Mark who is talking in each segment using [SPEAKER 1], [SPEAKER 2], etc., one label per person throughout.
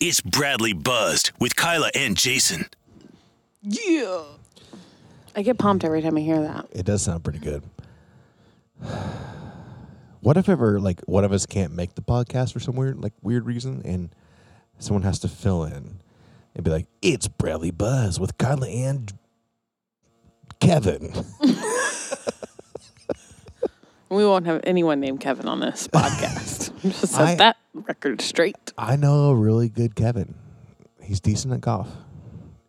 [SPEAKER 1] It's Bradley Buzzed with Kyla and Jason.
[SPEAKER 2] Yeah.
[SPEAKER 3] I get pumped every time I hear that.
[SPEAKER 4] It does sound pretty good. What if ever like one of us can't make the podcast for some weird like weird reason and someone has to fill in and be like, It's Bradley Buzz with Kyla and Kevin.
[SPEAKER 3] We won't have anyone named Kevin on this podcast. Just set
[SPEAKER 4] I-
[SPEAKER 3] that record straight.
[SPEAKER 4] I know a really good Kevin. He's decent at golf.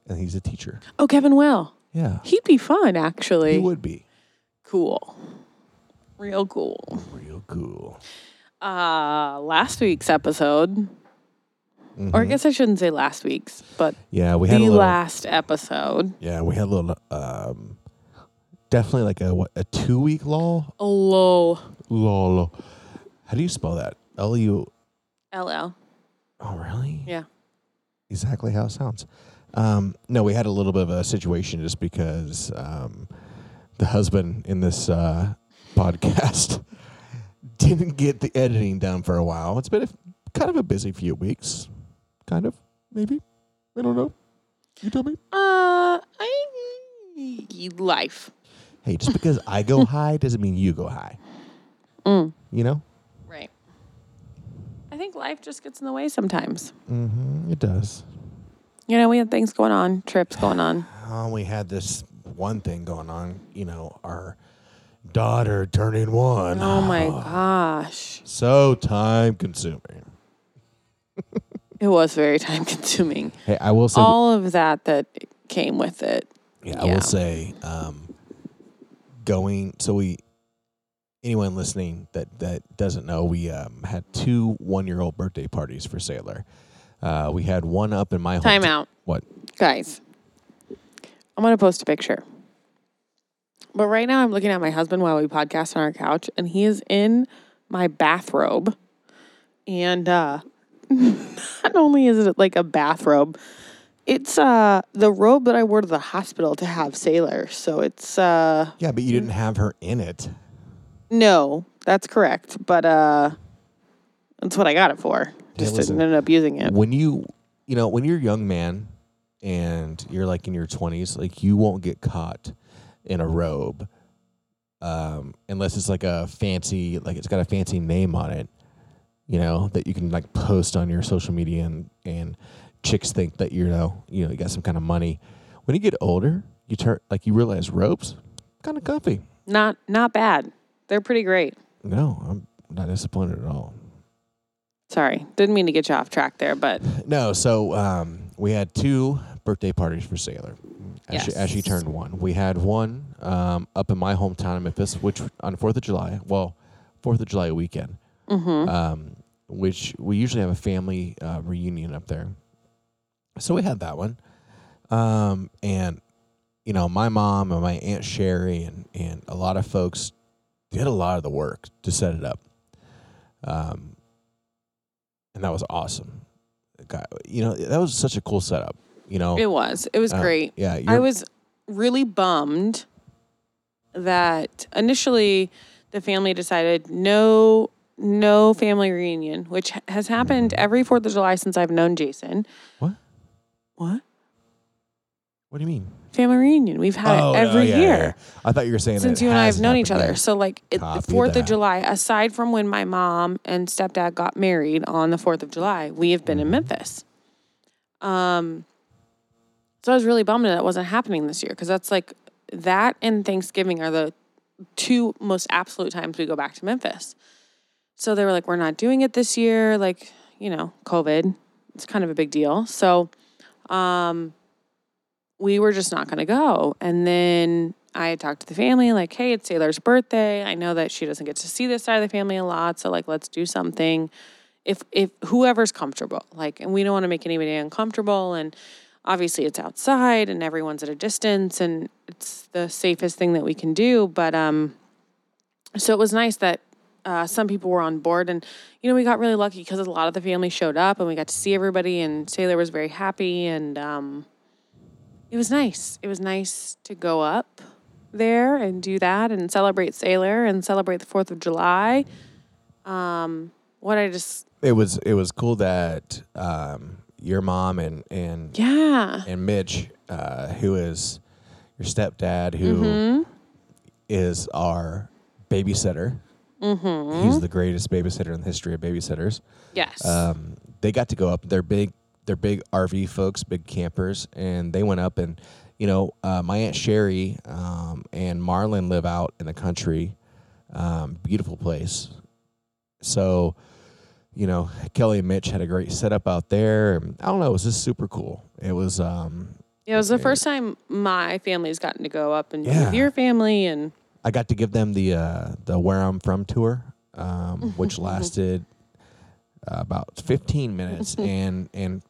[SPEAKER 4] And he's a teacher.
[SPEAKER 3] Oh, Kevin Will.
[SPEAKER 4] Yeah.
[SPEAKER 3] He'd be fun, actually.
[SPEAKER 4] He would be.
[SPEAKER 3] Cool. Real cool.
[SPEAKER 4] Real cool.
[SPEAKER 3] Uh, last week's episode, or I guess I shouldn't say last week's, but
[SPEAKER 4] Yeah, we
[SPEAKER 3] the
[SPEAKER 4] had a little
[SPEAKER 3] last episode.
[SPEAKER 4] Yeah, we had a little um definitely like a what, a two week lull.
[SPEAKER 3] Lol.
[SPEAKER 4] Lol. How do you spell that? L U
[SPEAKER 3] LL.
[SPEAKER 4] Oh, really?
[SPEAKER 3] Yeah.
[SPEAKER 4] Exactly how it sounds. Um, no, we had a little bit of a situation just because um, the husband in this uh, podcast didn't get the editing done for a while. It's been a, kind of a busy few weeks. Kind of, maybe. I don't know. You tell me.
[SPEAKER 3] Uh, I. Life.
[SPEAKER 4] Hey, just because I go high doesn't mean you go high. You know?
[SPEAKER 3] Right. I think life just gets in the way sometimes.
[SPEAKER 4] Mm, It does.
[SPEAKER 3] You know, we had things going on, trips going on.
[SPEAKER 4] Oh, we had this one thing going on, you know, our daughter turning one.
[SPEAKER 3] Oh my gosh.
[SPEAKER 4] So time consuming.
[SPEAKER 3] It was very time consuming.
[SPEAKER 4] Hey, I will say,
[SPEAKER 3] All of that that came with it.
[SPEAKER 4] yeah, I
[SPEAKER 3] yeah.
[SPEAKER 4] will say, um, going. So we, anyone listening that that doesn't know, we um, had two one-year-old birthday parties for Sailor. Uh, we had one up in my
[SPEAKER 3] Time
[SPEAKER 4] hometown-
[SPEAKER 3] out.
[SPEAKER 4] What?
[SPEAKER 3] Guys, I'm going to post a picture. But right now, I'm looking at my husband while we podcast on our couch, and he is in my bathrobe. And uh, not only is it like a bathrobe, it's uh, the robe that I wore to the hospital to have sailor. So it's. Uh,
[SPEAKER 4] Yeah, but you didn't have her in it.
[SPEAKER 3] No, that's correct. But uh that's what I got it for. Just
[SPEAKER 4] listen.
[SPEAKER 3] didn't end up using it.
[SPEAKER 4] When you, you know, when you're a young man and you're like in your 20s, like you won't get caught in a robe um, unless it's like a fancy, like it's got a fancy name on it, you know, that you can like post on your social media and, and chicks think that, you know, you know, you got some kind of money. When you get older, you turn, like you realize robes kind of comfy.
[SPEAKER 3] Not not bad. They're pretty great.
[SPEAKER 4] No, I'm not disappointed at all.
[SPEAKER 3] Sorry. Didn't mean to get you off track there, but
[SPEAKER 4] No, so um, we had two birthday parties for Sailor as, she, as she
[SPEAKER 3] Yes.
[SPEAKER 4] turned one. We had one um, up in my hometown in Memphis, which on Fourth of July, well, Fourth of July weekend,
[SPEAKER 3] mm-hmm.
[SPEAKER 4] um, which we usually have a family uh, reunion up there. So we had that one, um, and you know, my mom and my aunt Sherry and and a lot of folks did a lot of the work to set it up. Um, and that was awesome. God, you know, that was such a cool setup. You know,
[SPEAKER 3] it was. It was
[SPEAKER 4] Uh,
[SPEAKER 3] great.
[SPEAKER 4] yeah,
[SPEAKER 3] I
[SPEAKER 4] you're-
[SPEAKER 3] was really bummed that initially the family decided no no family reunion, which ha- has happened every 4th of July since I've known Jason.
[SPEAKER 4] Mm-hmm. What?
[SPEAKER 3] What?
[SPEAKER 4] What do you mean?
[SPEAKER 3] Family reunion. We've had
[SPEAKER 4] Oh,
[SPEAKER 3] it
[SPEAKER 4] no,
[SPEAKER 3] every
[SPEAKER 4] yeah,
[SPEAKER 3] year.
[SPEAKER 4] yeah. I thought you were saying
[SPEAKER 3] since
[SPEAKER 4] that it
[SPEAKER 3] you and I
[SPEAKER 4] has
[SPEAKER 3] have known each
[SPEAKER 4] happened
[SPEAKER 3] other.
[SPEAKER 4] yet.
[SPEAKER 3] So like it, the
[SPEAKER 4] Copy
[SPEAKER 3] Fourth
[SPEAKER 4] that.
[SPEAKER 3] of July, aside from when my mom and stepdad got married on the Fourth of July, we have
[SPEAKER 4] Mm-hmm.
[SPEAKER 3] been in Memphis. Um, so I was really bummed that it wasn't happening this year because that's like that and Thanksgiving are the two most absolute times we go back to Memphis. So they were like, "We're not doing it this year." Like you know, COVID, it's kind of a big deal. So um, we were just not going to go. And then I had talked to the family, like, hey, it's Sailor's birthday. I know that she doesn't get to see this side of the family a lot. So, like, let's do something if, if whoever's comfortable. Like, and we don't want to make anybody uncomfortable. And obviously, it's outside and everyone's at a distance and it's the safest thing that we can do. But, um, so it was nice that uh, some people were on board and you know we got really lucky because a lot of the family showed up and we got to see everybody and sailor was very happy and um, it was nice it was nice to go up there and do that and celebrate sailor and celebrate the fourth of july um, what i just
[SPEAKER 4] It was it was cool that um, your mom and and
[SPEAKER 3] Yeah.
[SPEAKER 4] and Mitch, uh, who is your stepdad, who is our babysitter. He's the greatest babysitter in the history of babysitters.
[SPEAKER 3] Yes.
[SPEAKER 4] Um, they got to go up. They're big. They're big RV folks, big campers, and they went up and, you know, uh, my aunt Sherry um, and Marlon live out in the country, um, beautiful place. So, you know, Kelly and Mitch had a great setup out there. and I don't know. It was just super cool. It was um,
[SPEAKER 3] yeah, it was the first time my family's gotten to go up and be
[SPEAKER 4] Yeah.
[SPEAKER 3] with your family and
[SPEAKER 4] I got to give them the uh, the where I'm from tour, um, which lasted uh, about 15 minutes, and and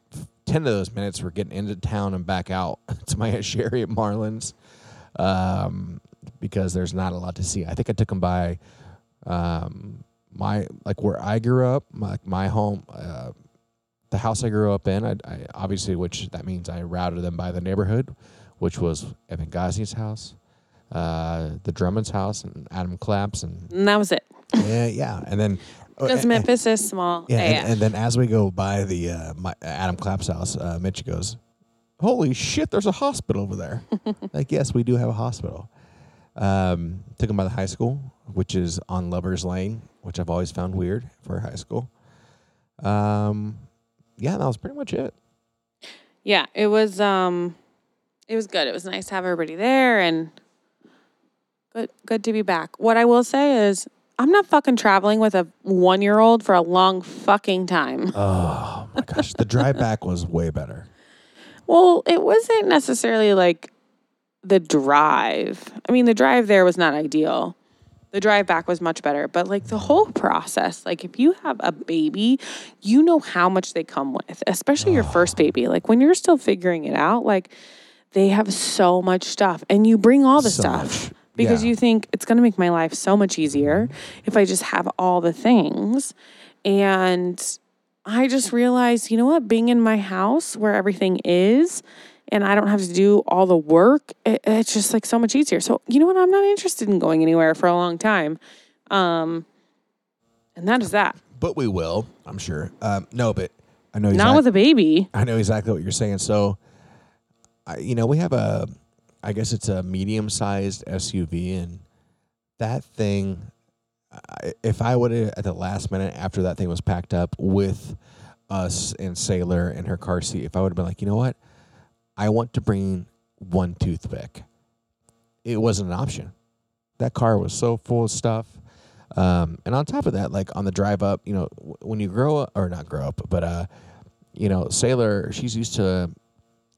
[SPEAKER 4] 10 of those minutes were getting into town and back out to my Aunt Sherry at Marlins, um, because there's not a lot to see. I think I took them by um, my like where I grew up, my, my home. Uh, the house I grew up in, I, I obviously, which that means I routed them by the neighborhood, which was Evan Gosney's house, uh, the Drummond's house, and Adam Claps, and
[SPEAKER 3] and that was it.
[SPEAKER 4] yeah, yeah, and then uh,
[SPEAKER 3] Because Memphis is small.
[SPEAKER 4] yeah,
[SPEAKER 3] AF.
[SPEAKER 4] and, and then as we go by the uh, my, Adam Claps house, uh, Mitch goes, "Holy shit! There's a hospital over there." like, yes, we do have a hospital. Um, took him by the high school, which is on Lovers Lane, which I've always found weird for a high school. Um, yeah, that was pretty much it.
[SPEAKER 3] Yeah, it was um it was good. It was nice to have everybody there and good good to be back. What I will say is I'm not fucking traveling with a 1-year-old for a long fucking time.
[SPEAKER 4] Oh my gosh, the drive back was way better.
[SPEAKER 3] Well, it wasn't necessarily like the drive. I mean, the drive there was not ideal. The drive back was much better, but like the whole process, like if you have a baby, you know how much they come with, especially your first baby. Like when you're still figuring it out, like they have so much stuff and you bring all the
[SPEAKER 4] So
[SPEAKER 3] stuff
[SPEAKER 4] much.
[SPEAKER 3] because
[SPEAKER 4] Yeah. Mm-hmm.
[SPEAKER 3] you think it's going to make my life so much easier if I just have all the things. And I just realized, you know what, being in my house where everything is and I don't have to do all the work, it, it's just like so much easier. So, you know what, I'm not interested in going anywhere for a long time. Um, and that is that.
[SPEAKER 4] But we will, I'm sure. Um, no, but I know
[SPEAKER 3] Not
[SPEAKER 4] exactly,
[SPEAKER 3] with a baby.
[SPEAKER 4] I know exactly what you're saying. So, I, you know, we have a, I guess it's a medium sized SUV, and that thing, I, if I would have at the last minute after that thing was packed up with us and Sailor in her car seat, if I would have been like, you know what, I want to bring one toothpick, it wasn't an option. That car was so full of stuff. Um, and on top of that, like on the drive up, you know, w- when you grow up or not grow up, but uh, you know, Sailor, she's used to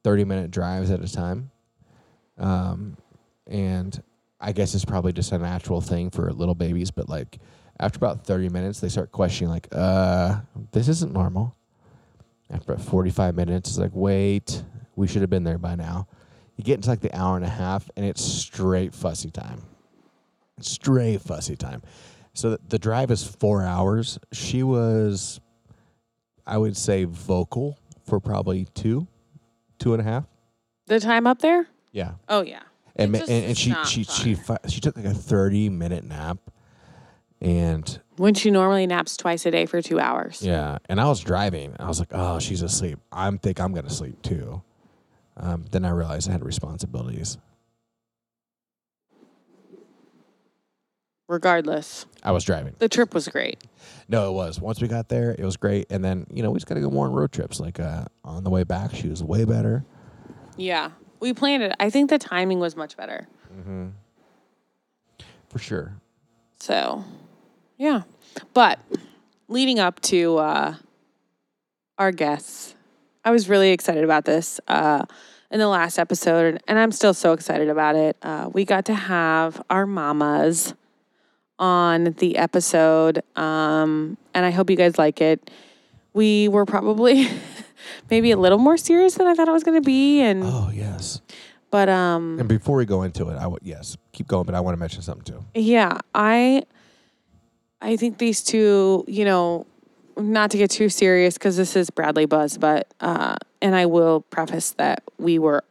[SPEAKER 4] 30 minute drives at a time. Um, and I guess it's probably just a natural thing for little babies, but like after about 30 minutes, they start questioning, like, uh, this isn't normal. After about 45 minutes, it's like, wait, we should have been there by now. You get into like the hour and a half, and it's straight fussy time. Straight fussy time. So th- the drive is four hours. She was I would say vocal for probably two, two and a half.
[SPEAKER 3] The time up there?
[SPEAKER 4] Yeah,
[SPEAKER 3] Oh, yeah.
[SPEAKER 4] and ma-
[SPEAKER 3] just
[SPEAKER 4] and, and
[SPEAKER 3] is
[SPEAKER 4] she
[SPEAKER 3] not
[SPEAKER 4] she she fi- she took like a thirty minute nap, and
[SPEAKER 3] When she normally naps twice a day for two hours.
[SPEAKER 4] yeah, and I was driving. I was like, oh, she's asleep. I'm think I'm gonna sleep too. Um, then I realized I had responsibilities.
[SPEAKER 3] Regardless,
[SPEAKER 4] I was driving.
[SPEAKER 3] the trip was great.
[SPEAKER 4] No, it was. Once we got there, it was great. And then you know we just gotta go more on road trips. Like uh, on the way back, she was way better.
[SPEAKER 3] Yeah. We planned it. I think the timing was much better.
[SPEAKER 4] For sure.
[SPEAKER 3] So, yeah. But leading up to uh, our guests, I was really excited about this uh, in the last episode, and I'm still so excited about it. Uh, we got to have our mamas on the episode, um, and I hope you guys like it. We were probably maybe a little more serious than I thought it was going to be, and
[SPEAKER 4] Oh yes.
[SPEAKER 3] but um,
[SPEAKER 4] And before we go into it, I would yes keep going, but I want to mention something too.
[SPEAKER 3] Yeah, I I think these two, you know, not to get too serious because this is Bradley Buzz, but uh and I will preface that we were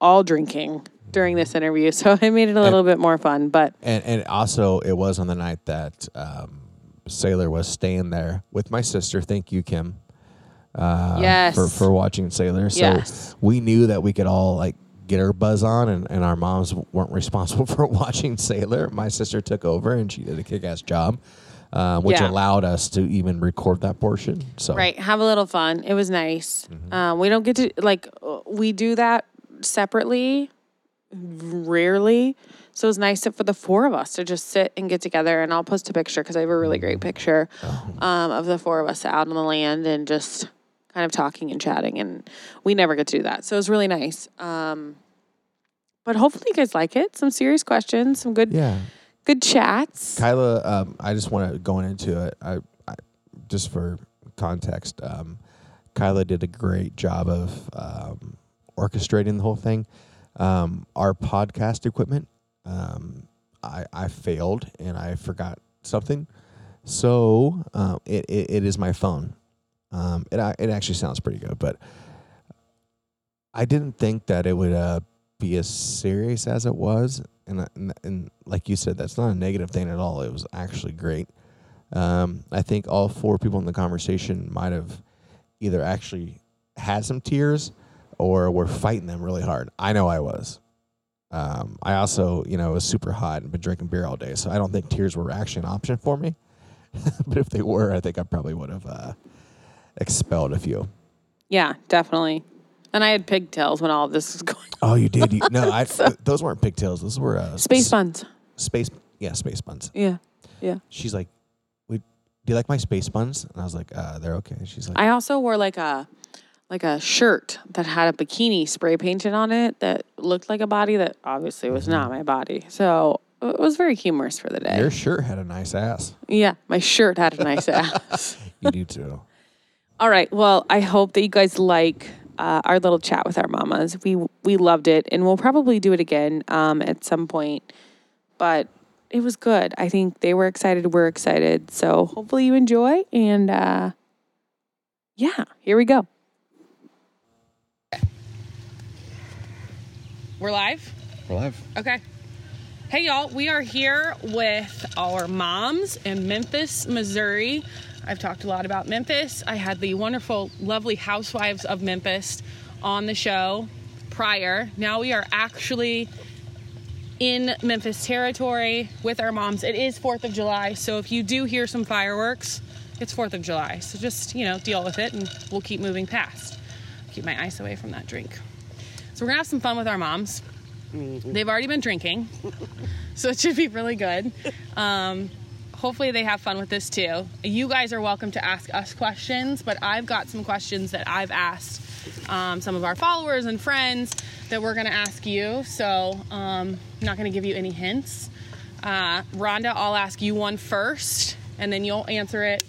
[SPEAKER 3] all drinking during this interview, so I made it a little bit more fun, but
[SPEAKER 4] And and also, it was on the night that um, Sailor was staying there with my sister. Thank you, Kim. uh,
[SPEAKER 3] Yes.
[SPEAKER 4] for, for watching Sailor. So
[SPEAKER 3] Yes.
[SPEAKER 4] we knew that we could all like get our buzz on, and, and our moms weren't responsible for watching Sailor. My sister took over, and she did a kick ass job, uh, which
[SPEAKER 3] Yeah.
[SPEAKER 4] allowed us to even record that portion. So
[SPEAKER 3] Right. Have a little fun. It was nice. Um, we don't get to, like, uh, we do that separately, rarely. So it was nice for the four of us to just sit and get together. And I'll post a picture because I have a really great picture um, of the four of us out on the land and just kind of talking and chatting. And we never get to do that. So it was really nice. Um, but hopefully you guys like it. Some serious questions, some good,
[SPEAKER 4] Yeah.
[SPEAKER 3] good chats.
[SPEAKER 4] Kyla, um, I just want to go into it. I, I just for context, um, Kyla did a great job of um, orchestrating the whole thing. Um, our podcast equipment, um, I, I failed and I forgot something, so um, it, it it is my phone. Um, it I- it actually sounds pretty good, but I didn't think that it would uh, be as serious as it was, and, and and like you said, that's not a negative thing at all. It was actually great. Um, I think all four people in the conversation might have either actually had some tears or were fighting them really hard. I know I was. Um, I also, you know, was super hot and been drinking beer all day, so I don't think tears were actually an option for me. but if they were, I think I probably would have uh, expelled a few.
[SPEAKER 3] Yeah, definitely. And I had pigtails when all of this was going
[SPEAKER 4] Oh, you did? You, no, I, those weren't pigtails. Those were uh,
[SPEAKER 3] Space
[SPEAKER 4] s-
[SPEAKER 3] buns.
[SPEAKER 4] Space, yeah, space buns.
[SPEAKER 3] Yeah. Yeah.
[SPEAKER 4] She's like, "Wait, do you like my space buns?" And I was like, uh, "They're okay." She's like,
[SPEAKER 3] I also wore like a like a shirt that had a bikini spray painted on it that looked like a body that obviously was not my body. So it was very humorous for the day.
[SPEAKER 4] "Your shirt had a nice ass."
[SPEAKER 3] yeah, my shirt had a nice ass.
[SPEAKER 4] You do too.
[SPEAKER 3] All right. Well, I hope that you guys like uh, our little chat with our mamas. We we loved it, and we'll probably do it again um, at some point. But it was good. I think they were excited. We're excited. So hopefully you enjoy. And uh, yeah, here we go. We're live.
[SPEAKER 4] We're live.
[SPEAKER 3] Okay. Hey, y'all. We are here with our moms in Memphis, Missouri. I've talked a lot about Memphis. I had the wonderful, lovely housewives of Memphis on the show prior. Now we are actually in Memphis territory with our moms. It is 4th of July, so if you do hear some fireworks, it's 4th of July. So just, you know, deal with it and we'll keep moving past. Keep my ice away from that drink. So we're gonna have some fun with our moms. They've already been drinking, so it should be really good. Um, hopefully, they have fun with this too. You guys are welcome to ask us questions, but I've got some questions that I've asked um, some of our followers and friends that we're going to ask you. So um, I'm not going to give you any hints. Uh, Rhonda, I'll ask you one first, and then you'll answer it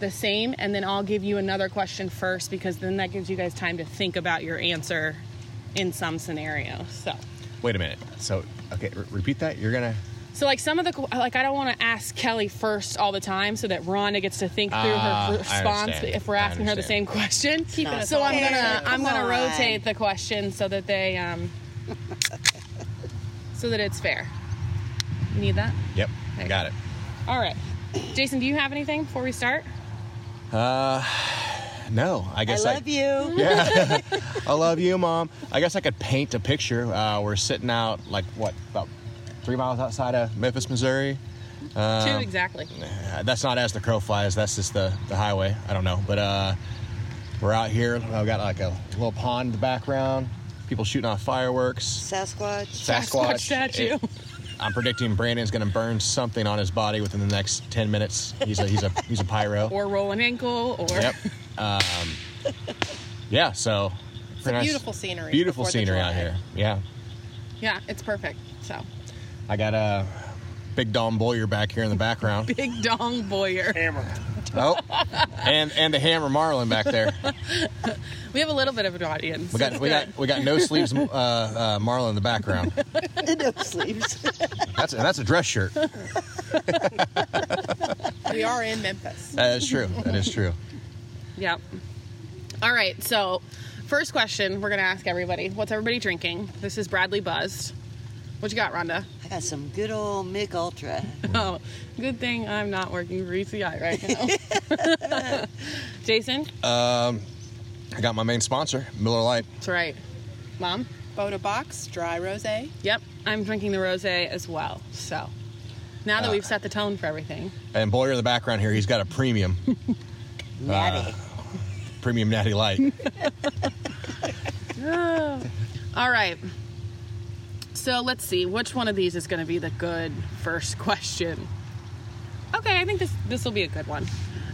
[SPEAKER 3] the same, and then I'll give you another question first because then that gives you guys time to think about your answer in some scenario. So.
[SPEAKER 5] Wait a minute. So, okay, re- repeat that. You're gonna.
[SPEAKER 3] So like some of the like I don't want to ask Kelly first all the time so that Rhonda gets to think through
[SPEAKER 5] Ah, I
[SPEAKER 3] her response
[SPEAKER 5] understand.
[SPEAKER 3] if we're
[SPEAKER 5] I
[SPEAKER 3] asking her the same
[SPEAKER 5] understand.
[SPEAKER 3] question.
[SPEAKER 6] not
[SPEAKER 3] So I'm gonna
[SPEAKER 6] fair.
[SPEAKER 3] I'm
[SPEAKER 6] Come
[SPEAKER 3] gonna
[SPEAKER 6] on.
[SPEAKER 3] rotate the question so that they um so that it's fair. You need that?
[SPEAKER 5] Yep, got it.
[SPEAKER 3] All right. Jason, do you have anything before we start?
[SPEAKER 5] No, I
[SPEAKER 6] I
[SPEAKER 5] guess
[SPEAKER 6] love you.
[SPEAKER 5] Yeah, I love you, mom. I guess I could paint a picture. Uh, we're sitting out like what about three miles outside of Memphis, Missouri. Um,
[SPEAKER 3] Two exactly.
[SPEAKER 5] Uh, that's not as the crow flies. That's just the the highway. I don't know, but uh, we're out here. I've got like a little pond in the background. People shooting off fireworks.
[SPEAKER 6] Sasquatch.
[SPEAKER 5] Sasquatch
[SPEAKER 3] statue.
[SPEAKER 5] It- I'm predicting Brandon's going to burn something on his body within the next ten minutes. He's a he's a he's a pyro.
[SPEAKER 3] Or roll an ankle or
[SPEAKER 5] Yep. Um, yeah, so. It's
[SPEAKER 6] a beautiful scenery
[SPEAKER 5] Beautiful
[SPEAKER 6] before the
[SPEAKER 5] scenery out
[SPEAKER 6] July.
[SPEAKER 5] here. Yeah.
[SPEAKER 3] yeah, it's perfect. So
[SPEAKER 5] I got a big Dom Boyer back here in the background.
[SPEAKER 3] big dong boyer.
[SPEAKER 5] oh, and and the hammer Marlin back there.
[SPEAKER 3] We have a little bit of an audience.
[SPEAKER 5] We got we got we got no sleeves uh, uh, Marlin in the background.
[SPEAKER 6] no sleeves.
[SPEAKER 5] That's that's a dress shirt. That
[SPEAKER 6] we are in Memphis.
[SPEAKER 5] is true. That is true.
[SPEAKER 3] Yep. All right. So, first question we're gonna ask everybody: What's everybody drinking? This is Bradley buzzed. What you got, Rhonda?
[SPEAKER 6] I got some good old Mick Ultra.
[SPEAKER 5] Hmm.
[SPEAKER 3] Oh, good thing E
[SPEAKER 5] Uh,
[SPEAKER 3] I'm not working for ECI right now. Jason,
[SPEAKER 5] I got my main sponsor, Miller Lite.
[SPEAKER 3] That's right. Mom?
[SPEAKER 7] Boda Box, dry rosé.
[SPEAKER 3] Yep. I'm drinking the rose as well. So now that we've set the tone for everything,
[SPEAKER 5] And Boyer in the background here, he's got a premium. Natty. premium Natty Light.
[SPEAKER 3] All right. So let's see which one of these is going to be the good first question. Okay, I think this this will be a good one.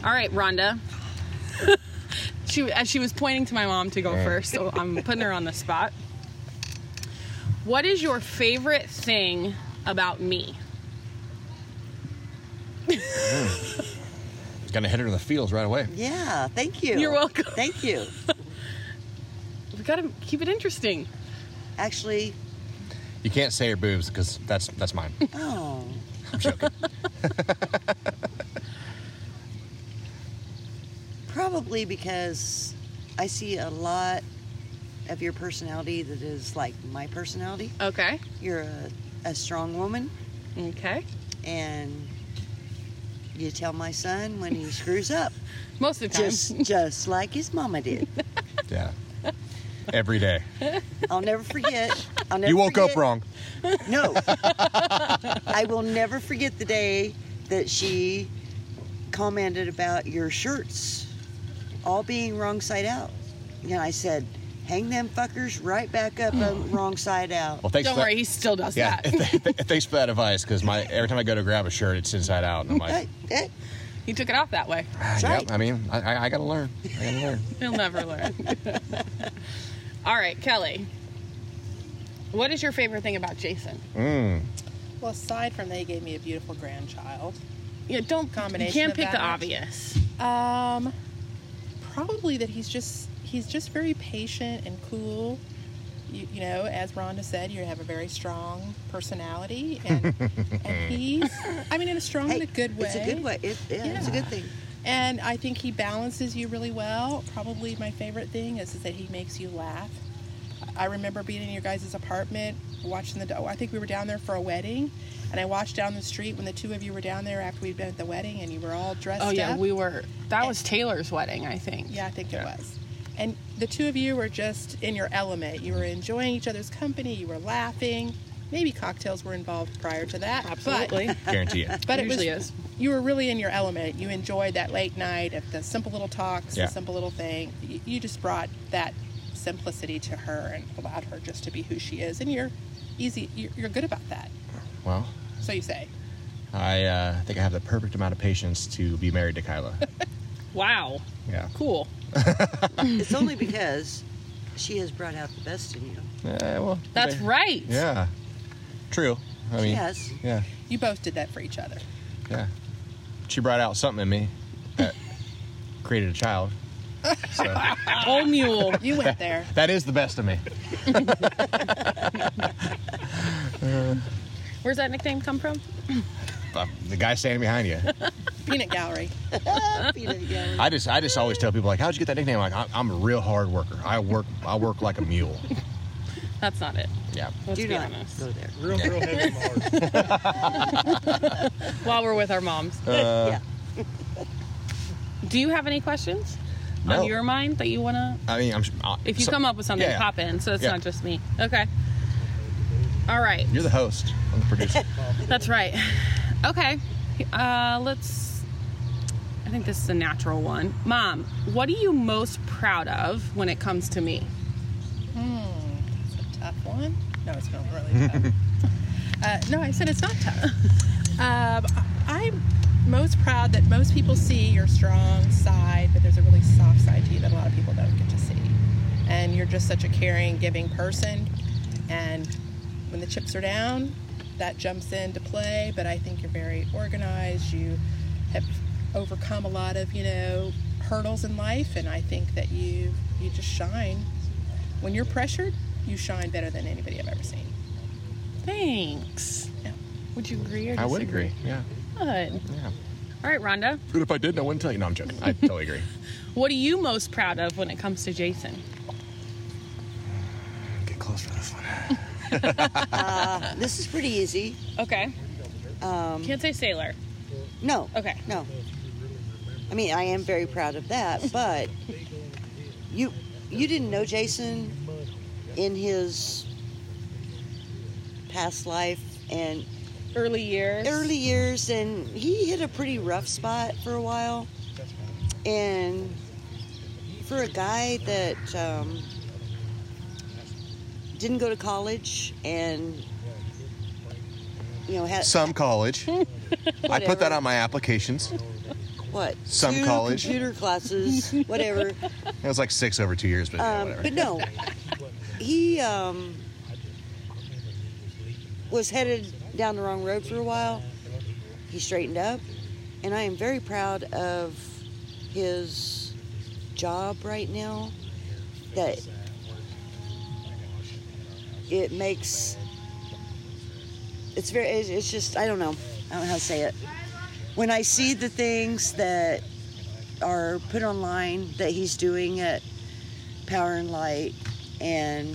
[SPEAKER 3] All right, Rhonda. she as she was pointing to my mom to go first, so I'm putting her on the spot. What is your favorite thing about me?
[SPEAKER 5] He's gonna hit her in the feels right away.
[SPEAKER 6] Yeah, thank you.
[SPEAKER 3] You're welcome.
[SPEAKER 6] Thank you.
[SPEAKER 3] We got to keep it interesting.
[SPEAKER 6] Actually,
[SPEAKER 5] You can't say your boobs because that's that's mine.
[SPEAKER 6] oh,
[SPEAKER 5] I'm joking.
[SPEAKER 6] probably because I see a lot of your personality that is like my personality.
[SPEAKER 3] Okay.
[SPEAKER 6] You're a, a strong woman,
[SPEAKER 3] Okay.
[SPEAKER 6] and you tell my son when he screws up,
[SPEAKER 3] Most of the time.
[SPEAKER 6] just just like his mama did.
[SPEAKER 5] yeah. Every day.
[SPEAKER 6] I'll never forget. I'll never
[SPEAKER 5] You woke up
[SPEAKER 6] forget-
[SPEAKER 5] wrong.
[SPEAKER 6] No. I will never forget the day that she commented about your shirts all being wrong side out. And I said, hang them fuckers right back up on wrong side out.
[SPEAKER 5] Well, thanks
[SPEAKER 3] Don't
[SPEAKER 5] for
[SPEAKER 3] worry,
[SPEAKER 5] that.
[SPEAKER 3] he still does
[SPEAKER 5] yeah,
[SPEAKER 3] that.
[SPEAKER 5] thanks for that advice because my every time I go to grab a shirt, it's inside out, and I'm
[SPEAKER 6] Eh,
[SPEAKER 5] like,
[SPEAKER 6] eh,
[SPEAKER 3] He took it off that way.
[SPEAKER 5] ah,
[SPEAKER 6] That's
[SPEAKER 5] yep.
[SPEAKER 6] right.
[SPEAKER 5] I mean, I, I, I gotta learn. I gotta learn.
[SPEAKER 3] He'll never learn. All right, Kelly. What is your favorite thing about Jason?
[SPEAKER 7] Well, aside from they gave me a beautiful grandchild.
[SPEAKER 3] Yeah, don't
[SPEAKER 7] Combination
[SPEAKER 3] You can't
[SPEAKER 7] of
[SPEAKER 3] pick
[SPEAKER 7] that
[SPEAKER 3] the
[SPEAKER 7] much.
[SPEAKER 3] obvious.
[SPEAKER 7] Um, probably that he's just he's just very patient and cool. You, you know, as Rhonda said, you have a very strong personality, and and he's I mean in a strong
[SPEAKER 6] hey,
[SPEAKER 7] and a good way.
[SPEAKER 6] It's a good way. It, yeah, It's a good thing.
[SPEAKER 7] And I think he balances you really well. Probably my favorite thing is, is that he makes you laugh. I remember being in your guys' apartment, watching the. oh, I think we were down there for a wedding, and I watched down the street when the two of you were down there after we'd been at the wedding, and you were all dressed
[SPEAKER 3] Oh yeah,
[SPEAKER 7] up.
[SPEAKER 3] we were. That was Taylor's wedding, I think.
[SPEAKER 7] yeah, I think it was. And the two of you were just in your element. You were enjoying each other's company. You were laughing. Maybe cocktails were involved prior to that. but-
[SPEAKER 3] absolutely.
[SPEAKER 5] Guarantee it.
[SPEAKER 7] but it
[SPEAKER 3] Usually
[SPEAKER 7] was,
[SPEAKER 3] is.
[SPEAKER 7] You were really in your element. You enjoyed that late night of the simple little talks,
[SPEAKER 5] Yeah.
[SPEAKER 7] the simple little thing. You, you just brought that simplicity to her and allowed her just to be who she is. And you're easy. You're, you're good about that.
[SPEAKER 5] Well,
[SPEAKER 7] So you say.
[SPEAKER 5] I uh, think I have the perfect amount of patience to be married to Kyla.
[SPEAKER 3] Wow.
[SPEAKER 5] Yeah.
[SPEAKER 3] Cool.
[SPEAKER 6] It's only because she has brought out the best in you.
[SPEAKER 5] Yeah. Well.
[SPEAKER 3] That's
[SPEAKER 5] okay.
[SPEAKER 3] right.
[SPEAKER 5] Yeah. True. I mean.
[SPEAKER 6] Yes.
[SPEAKER 5] Yeah.
[SPEAKER 7] You both did that for each other.
[SPEAKER 5] Yeah. She brought out something in me that created a child. So
[SPEAKER 3] Old mule.
[SPEAKER 7] You went there.
[SPEAKER 5] that is the best of me.
[SPEAKER 3] Where's that nickname come from?
[SPEAKER 5] Uh, The guy standing behind you.
[SPEAKER 7] Peanut gallery.
[SPEAKER 5] I just I just always tell people like, how'd you get that nickname? Like, I- I'm a real hard worker. I work I work like a mule.
[SPEAKER 3] That's not it.
[SPEAKER 5] Yeah.
[SPEAKER 3] Let's
[SPEAKER 6] Do
[SPEAKER 3] be
[SPEAKER 6] not
[SPEAKER 3] honest.
[SPEAKER 6] go there.
[SPEAKER 8] Real, real heavy Mars.
[SPEAKER 3] While we're with our moms,
[SPEAKER 5] Uh,
[SPEAKER 6] yeah.
[SPEAKER 3] do you have any questions
[SPEAKER 5] No.
[SPEAKER 3] on your mind that you wanna?
[SPEAKER 5] I mean, I'm. s- I-
[SPEAKER 3] If you
[SPEAKER 5] so-
[SPEAKER 3] come up with something,
[SPEAKER 5] yeah, yeah.
[SPEAKER 3] pop in. So it's
[SPEAKER 5] Yeah.
[SPEAKER 3] not just me. Okay. All right.
[SPEAKER 5] You're the host. I'm the producer.
[SPEAKER 3] That's right. Okay. Uh, let's. I think this is a natural one. Mom, what are you most proud of when it comes to me?
[SPEAKER 7] It's a tough one. No, it's not really tough. uh, no, I said it's not tough. Um, I- I'm most proud that most people see your strong side, but there's a really soft side to you that a lot of people don't get to see. And you're just such a caring, giving person. And when the chips are down, that jumps into play. But I think you're very organized. You have overcome a lot of, you know, hurdles in life, and I think that you you just shine when you're pressured, you shine better than anybody I've ever seen.
[SPEAKER 3] Thanks.
[SPEAKER 7] Yeah.
[SPEAKER 3] Would you agree or disagree?
[SPEAKER 5] I would agree. Yeah.
[SPEAKER 3] Good.
[SPEAKER 5] Yeah.
[SPEAKER 3] All right, Rhonda.
[SPEAKER 5] But if I didn't, I wouldn't tell you. No, I'm joking. I totally agree.
[SPEAKER 3] What are you most proud of when it comes to Jason?
[SPEAKER 5] Get close for this one.
[SPEAKER 6] Ah, This is pretty easy.
[SPEAKER 3] Okay. Um, Can't say sailor.
[SPEAKER 6] No.
[SPEAKER 3] Okay.
[SPEAKER 6] No. I mean, I am very proud of that, but you you didn't know Jason in his past life and
[SPEAKER 3] Early years.
[SPEAKER 6] early years, and he hit a pretty rough spot for a while. And for a guy that um, didn't go to college and you know had
[SPEAKER 5] Some college. I put that on my applications.
[SPEAKER 6] what
[SPEAKER 5] some
[SPEAKER 6] two
[SPEAKER 5] college.
[SPEAKER 6] computer classes, whatever.
[SPEAKER 5] It was like six over two years, but yeah,
[SPEAKER 6] Um,
[SPEAKER 5] whatever.
[SPEAKER 6] but no, he um, was headed down the wrong road for a while. He straightened up, and I am very proud of his job right now. That it makes it's very it's, it's just I don't know I don't know how to say it. When I see the things that are put online that he's doing at Power and Light, and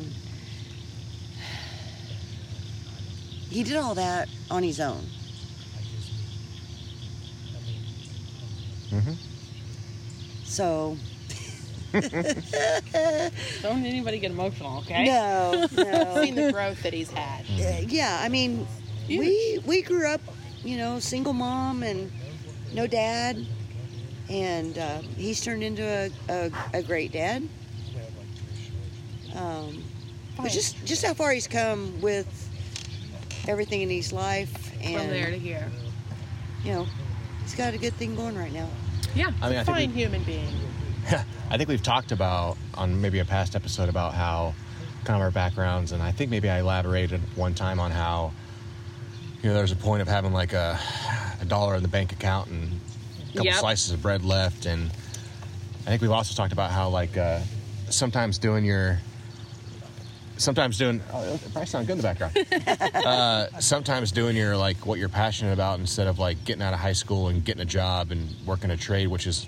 [SPEAKER 6] he did all that on his own. So
[SPEAKER 3] Don't anybody get emotional, okay?
[SPEAKER 6] no, no.
[SPEAKER 7] Seen the growth that he's had.
[SPEAKER 6] Uh, yeah, I mean, we we grew up, you know, single mom and no dad, and uh, he's turned into a, a, a great dad. Um, but just just how far he's come with everything in his life,
[SPEAKER 3] From there to
[SPEAKER 6] and
[SPEAKER 3] here.
[SPEAKER 6] you know, he's got a good thing going right now.
[SPEAKER 3] Yeah.
[SPEAKER 5] I mean, I think we-
[SPEAKER 7] Fine human being.
[SPEAKER 5] I think we've talked about on maybe a past episode about how kind of our backgrounds, and I think maybe I elaborated one time on how you know there's a point of having like a, a dollar in the bank account and a couple
[SPEAKER 3] Yep.
[SPEAKER 5] slices of bread left, and I think we've also talked about how like uh, sometimes doing your sometimes doing oh, it probably sound good in the background. uh, sometimes doing your like what you're passionate about instead of like getting out of high school and getting a job and working a trade, which is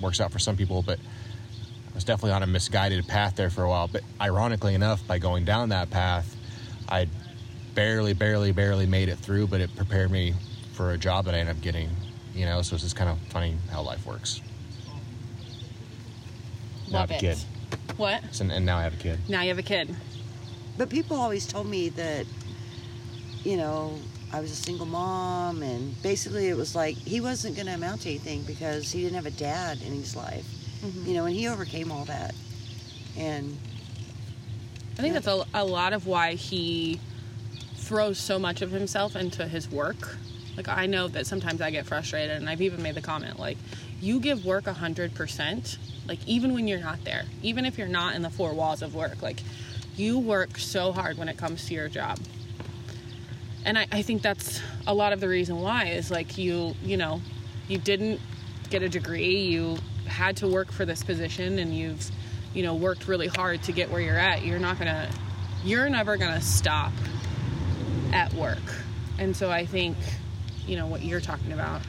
[SPEAKER 5] works out for some people, but I was definitely on a misguided path there for a while. But ironically enough, by going down that path, I barely, barely, barely made it through, but it prepared me for a job that I ended up getting. You know, so it's just kind of funny how life works. Now I
[SPEAKER 3] Love
[SPEAKER 5] have a
[SPEAKER 3] it.
[SPEAKER 5] kid.
[SPEAKER 3] What?
[SPEAKER 5] So- and now I have a kid.
[SPEAKER 3] Now you have a kid.
[SPEAKER 6] But people always told me that, you know, I was a single mom, and basically it was like he wasn't going to amount to anything because he didn't have a dad in his life, you know, and he overcame all that. And
[SPEAKER 3] I think that's a, a lot of why he throws so much of himself into his work. Like, I know that sometimes I get frustrated, and I've even made the comment, like, you give work 100%, like, even when you're not there, even if you're not in the four walls of work, like, you work so hard when it comes to your job. And I, I think that's a lot of the reason why is like, you, you know, you didn't get a degree, you had to work for this position, and you've, you know, worked really hard to get where you're at. You're not gonna, you're never gonna stop at work. And so I think, you know, what you're talking about,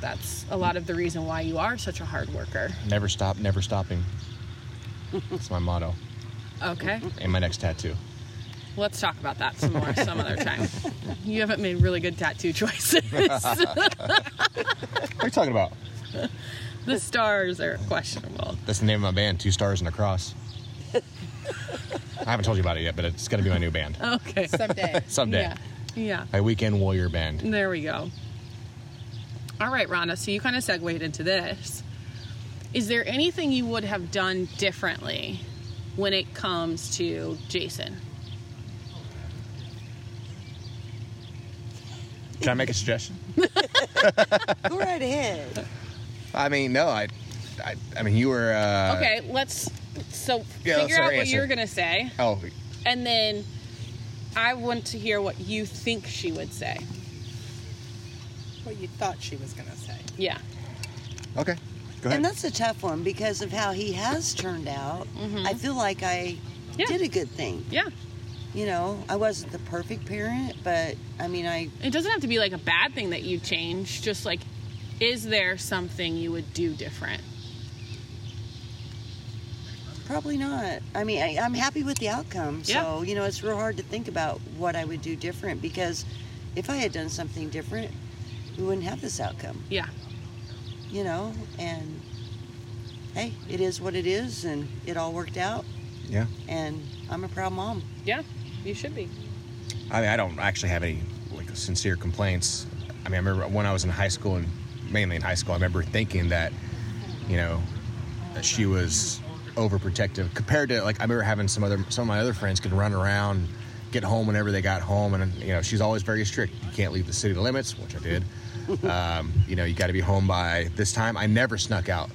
[SPEAKER 3] that's a lot of the reason why you are such a hard worker.
[SPEAKER 5] Never stop, never stopping. That's my motto.
[SPEAKER 3] Okay.
[SPEAKER 5] And my next tattoo.
[SPEAKER 3] Let's talk about that some more some other time. You haven't made really good tattoo choices.
[SPEAKER 5] What are you talking about?
[SPEAKER 3] the stars are questionable.
[SPEAKER 5] That's the name of my band, Two Stars and a Cross. I haven't told you about it yet, but it's gonna be my new band.
[SPEAKER 3] Okay.
[SPEAKER 7] Someday.
[SPEAKER 5] Someday.
[SPEAKER 3] Yeah. Yeah.
[SPEAKER 5] My weekend warrior band.
[SPEAKER 3] There we go. All right, Rhonda, so you kind of segued into this. Is there anything you would have done differently when it comes to Jason?
[SPEAKER 5] Can I make a suggestion?
[SPEAKER 6] go right ahead.
[SPEAKER 5] I mean, no, I, I, I mean, you were. Uh,
[SPEAKER 3] okay, let's so figure
[SPEAKER 5] yeah, that's
[SPEAKER 3] out
[SPEAKER 5] our
[SPEAKER 3] what
[SPEAKER 5] answer.
[SPEAKER 3] you're going to say
[SPEAKER 5] Oh,
[SPEAKER 3] and then I want to hear what you think she would say.
[SPEAKER 7] What you thought she was going to say.
[SPEAKER 3] Yeah.
[SPEAKER 5] okay. Go ahead.
[SPEAKER 6] And that's a tough one because of how he has turned out. I feel like I
[SPEAKER 3] Yeah.
[SPEAKER 6] did a good thing.
[SPEAKER 3] Yeah.
[SPEAKER 6] You know, I wasn't the perfect parent, but I mean, I
[SPEAKER 3] It doesn't have to be like a bad thing that you change, just like is there something you would do different?
[SPEAKER 6] Probably not. I mean, I, I'm happy with the outcome. So, you know, it's real hard to think about what I would do different because if I had done something different, we wouldn't have this outcome,
[SPEAKER 3] Yeah.
[SPEAKER 6] you know? And hey, it is what it is, and it all worked out.
[SPEAKER 5] Yeah.
[SPEAKER 6] And I'm a proud mom.
[SPEAKER 3] Yeah, you should be.
[SPEAKER 5] I mean, I don't actually have any like sincere complaints. I mean, I remember when I was in high school and mainly in high school, I remember thinking that, you know, that she was overprotective compared to like I remember having some other some of my other friends could run around, get home whenever they got home, and you know she's always very strict. You can't leave the city limits, which I did. um, you know, you got to be home by this time. I never snuck out.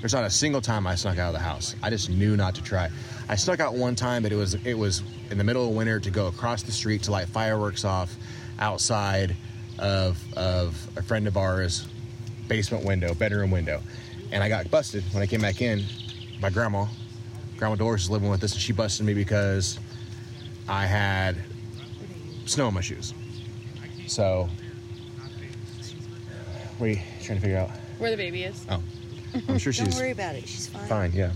[SPEAKER 5] There's not a single time I snuck out of the house. I just knew not to try. I snuck out one time, but it was it was in the middle of winter to go across the street to light fireworks off outside of of a friend of ours basement window, bedroom window. And I got busted when I came back in. My grandma, Grandma Doris is living with us, and she busted me because I had snow in my shoes. So, we trying to figure out.
[SPEAKER 3] Where the baby is.
[SPEAKER 5] Oh, I'm sure
[SPEAKER 6] Don't
[SPEAKER 5] she's
[SPEAKER 6] worry about it. She's fine.
[SPEAKER 5] fine. Yeah.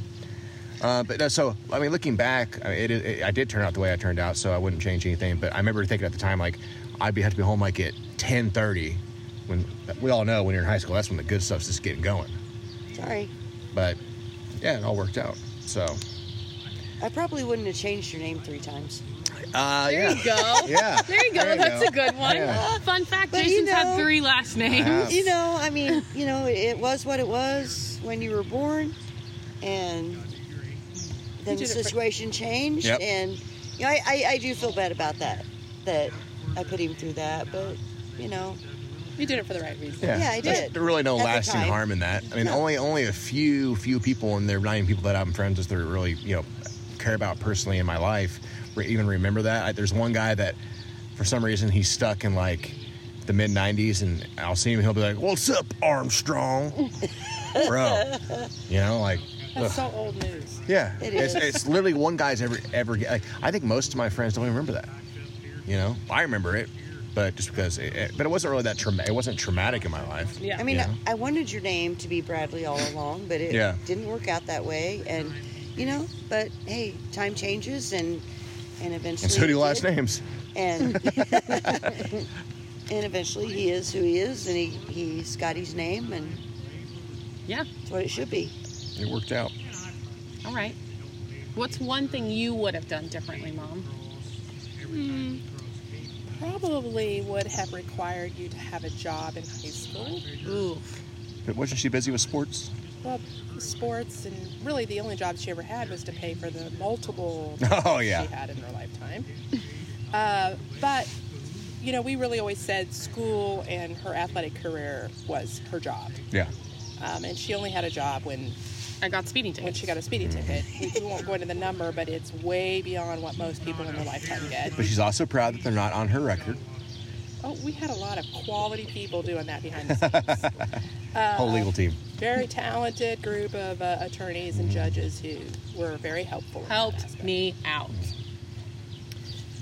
[SPEAKER 5] Uh, but no, so I mean, looking back, I mean, it, it, I did turn out the way I turned out, so I wouldn't change anything. But I remember thinking at the time, like, I'd be have to be home like at ten thirty, when we all know when you're in high school, that's when the good stuff's just getting going.
[SPEAKER 6] Sorry.
[SPEAKER 5] But yeah, it all worked out. So
[SPEAKER 6] I probably wouldn't have changed your name three times.
[SPEAKER 5] uh, yeah,
[SPEAKER 3] Go.
[SPEAKER 5] yeah,
[SPEAKER 3] There you go.
[SPEAKER 5] There you
[SPEAKER 3] That's
[SPEAKER 5] go.
[SPEAKER 3] a good one.
[SPEAKER 5] Yeah.
[SPEAKER 3] Oh, Fun fact:
[SPEAKER 6] But you
[SPEAKER 3] Jason's had
[SPEAKER 6] know-
[SPEAKER 3] three last names.
[SPEAKER 5] have.
[SPEAKER 6] You know, I mean, you know, it was what it was when you were born, and then the
[SPEAKER 7] did it for-
[SPEAKER 6] situation changed,
[SPEAKER 5] Yep.
[SPEAKER 6] and you know, I, I, I do feel bad about that, that I put him through that, but you know,
[SPEAKER 7] You did it for the right reason.
[SPEAKER 6] Yeah, I
[SPEAKER 5] There's
[SPEAKER 6] did.
[SPEAKER 5] really no
[SPEAKER 6] At the
[SPEAKER 5] lasting
[SPEAKER 6] time.
[SPEAKER 5] harm in that. I mean,
[SPEAKER 6] No.
[SPEAKER 5] only only a few few people, and they're not even people that I'm friends with. That really you know care about personally in my life. Re- even remember that. I, there's one guy that for some reason he's stuck in like the mid '90s, and I'll see him. He'll be like, "What's up, Armstrong, bro?" You know, like.
[SPEAKER 7] That's
[SPEAKER 5] ugh.
[SPEAKER 7] so old news.
[SPEAKER 5] Yeah,
[SPEAKER 6] It
[SPEAKER 5] it's,
[SPEAKER 6] is.
[SPEAKER 5] it's literally one guy's ever ever. Like, I think most of my friends don't even remember that. You know, I remember it, but just because. It, it- but it wasn't really that trauma. It wasn't traumatic in my life.
[SPEAKER 3] Yeah.
[SPEAKER 6] I mean,
[SPEAKER 5] Yeah.
[SPEAKER 6] I, I wanted your name to be Bradley all along, but it
[SPEAKER 5] Yeah.
[SPEAKER 6] didn't work out that way, and you know, but hey, time changes, and and eventually.
[SPEAKER 5] And so do
[SPEAKER 6] it
[SPEAKER 5] last
[SPEAKER 6] did.
[SPEAKER 5] names.
[SPEAKER 6] and and eventually he is who he is, and he he's got his name, and
[SPEAKER 3] yeah.
[SPEAKER 6] it's what it should be.
[SPEAKER 5] It worked out.
[SPEAKER 3] All right. What's one thing you would have done differently, Mom?
[SPEAKER 7] Probably would have required you to have a job in high school.
[SPEAKER 3] Ooh.
[SPEAKER 5] But wasn't she busy with sports?
[SPEAKER 7] Well, sports and really the only job she ever had was to pay for the multiple
[SPEAKER 5] Oh,
[SPEAKER 7] jobs
[SPEAKER 5] yeah.
[SPEAKER 7] she had in her lifetime. uh, but you know, we really always said school and her athletic career was her job,
[SPEAKER 5] Yeah.
[SPEAKER 7] um, and she only had a job when
[SPEAKER 3] I got speeding
[SPEAKER 7] when
[SPEAKER 3] tickets.
[SPEAKER 7] she got a speeding ticket. We, we won't go into the number, but it's way beyond what most people in their lifetime get.
[SPEAKER 5] But she's also proud that they're not on her record.
[SPEAKER 7] Oh, we had a lot of quality people doing that behind the scenes.
[SPEAKER 5] Whole legal team.
[SPEAKER 7] very talented group of uh, attorneys and judges who were very helpful. in that aspect.
[SPEAKER 3] helped me out.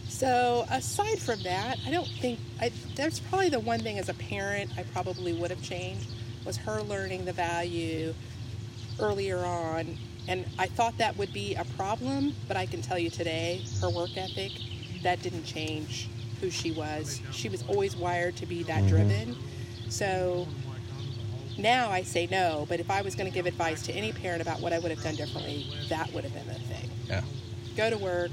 [SPEAKER 7] So aside from that, I don't think I, that's probably the one thing as a parent I probably would have changed was her learning the value earlier on. And I thought that would be a problem, but I can tell you today, her work ethic, that didn't change who she was. She was always wired to be that driven. So now I say no, but if I was going to give advice to any parent about what I would have done differently, that would have been the thing
[SPEAKER 5] Yeah.
[SPEAKER 7] go to work.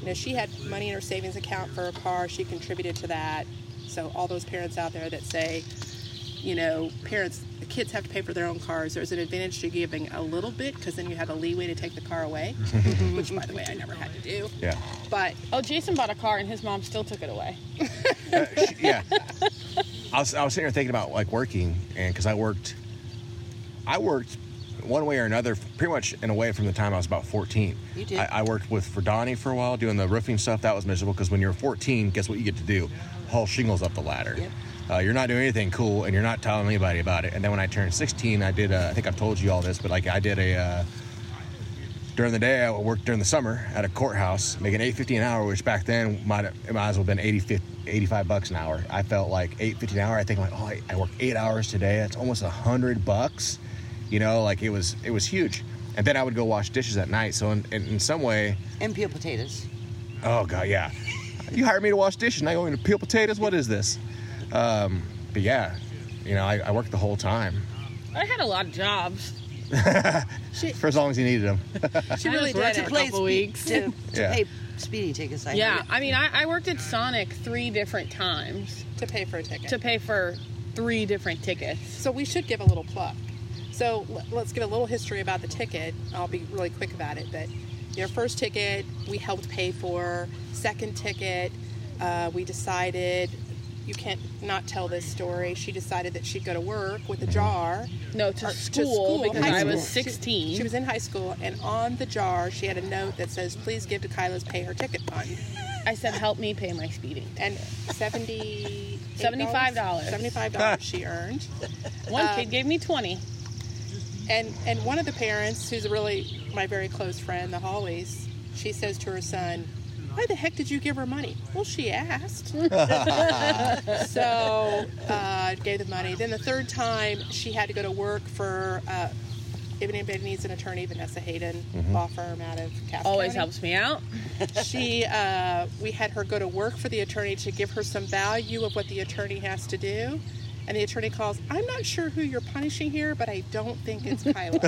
[SPEAKER 7] You know, she had money in her savings account for a car. She contributed to that. So all those parents out there that say, you know, parents, the kids have to pay for their own cars. There's an advantage to giving a little bit because then you have a leeway to take the car away, which, by the way, I never had to do.
[SPEAKER 5] Yeah.
[SPEAKER 7] But
[SPEAKER 3] Oh, Jason bought a car and his mom still took it away.
[SPEAKER 5] She- yeah. I was, I was sitting here thinking about like working, and because I worked, I worked one way or another, pretty much in a way from the time I was about 14.
[SPEAKER 6] You did.
[SPEAKER 5] I, I worked with for Donnie for a while doing the roofing stuff. That was miserable because when you're 14, guess what you get to do? Haul shingles up the ladder.
[SPEAKER 6] Yep.
[SPEAKER 5] Uh, you're not doing anything cool, and you're not telling anybody about it. And then when I turned 16, I did. Uh, I think I've told you all this, but like I did a. Uh, during the day, I worked during the summer at a courthouse, making eight fifty an hour, which back then might it might as well have been 80, 50 85 bucks an hour. I felt like eight fifty an hour. I think like, oh, I, I work eight hours today. That's almost a hundred bucks. You know, like it was it was huge. And then I would go wash dishes at night. So in, in, in some way,
[SPEAKER 6] And peel potatoes.
[SPEAKER 5] oh god, yeah, you hired me to wash dishes. Now you're going to peel potatoes. What is this? Um, but yeah, you know, I, I worked the whole time.
[SPEAKER 3] I had a lot of jobs.
[SPEAKER 7] She,
[SPEAKER 5] for as long as you needed them.
[SPEAKER 7] she
[SPEAKER 3] I
[SPEAKER 7] really
[SPEAKER 3] just worked
[SPEAKER 7] did
[SPEAKER 3] a
[SPEAKER 7] it.
[SPEAKER 3] place- couple
[SPEAKER 6] spe-
[SPEAKER 3] weeks.
[SPEAKER 6] to, to
[SPEAKER 5] Yeah.
[SPEAKER 6] pay speeding tickets. I
[SPEAKER 3] Yeah,
[SPEAKER 6] heard.
[SPEAKER 3] I mean, I, I worked at Sonic three different times
[SPEAKER 7] to pay for a ticket.
[SPEAKER 3] to pay for three different tickets.
[SPEAKER 7] So we should give a little plug. So l- let's give a little history about the ticket. I'll be really quick about it, but your first ticket we helped pay for. Second ticket, uh, we decided you can't not tell this story. She decided that she'd go to work with a jar.
[SPEAKER 3] No, to
[SPEAKER 7] or
[SPEAKER 3] school, because
[SPEAKER 7] high
[SPEAKER 3] I was
[SPEAKER 7] Uh, school. She-
[SPEAKER 3] 16.
[SPEAKER 7] She, was in high school, and on the jar she had a note that says, "Please give to Kyla's pay her ticket fund."
[SPEAKER 3] I said, help me pay my speeding.
[SPEAKER 7] And seventy.
[SPEAKER 3] $75.
[SPEAKER 7] Seventy-five dollars she earned.
[SPEAKER 3] One kid gave me 20.
[SPEAKER 7] And and one of the parents, who's really my very close friend, the Hollies, she says to her son, "Why the heck did you give her money?" Well, she asked. so uh, gave the money. Then the third time, she had to go to work for. Uh, if anybody needs an attorney, Vanessa Hayden, law firm out of Cass
[SPEAKER 3] Always
[SPEAKER 7] County.
[SPEAKER 3] helps me out.
[SPEAKER 7] She, uh, we had her go to work for the attorney to give her some value of what the attorney has to do. And the attorney calls, I'm not sure who you're punishing here, but I don't think it's Kyla.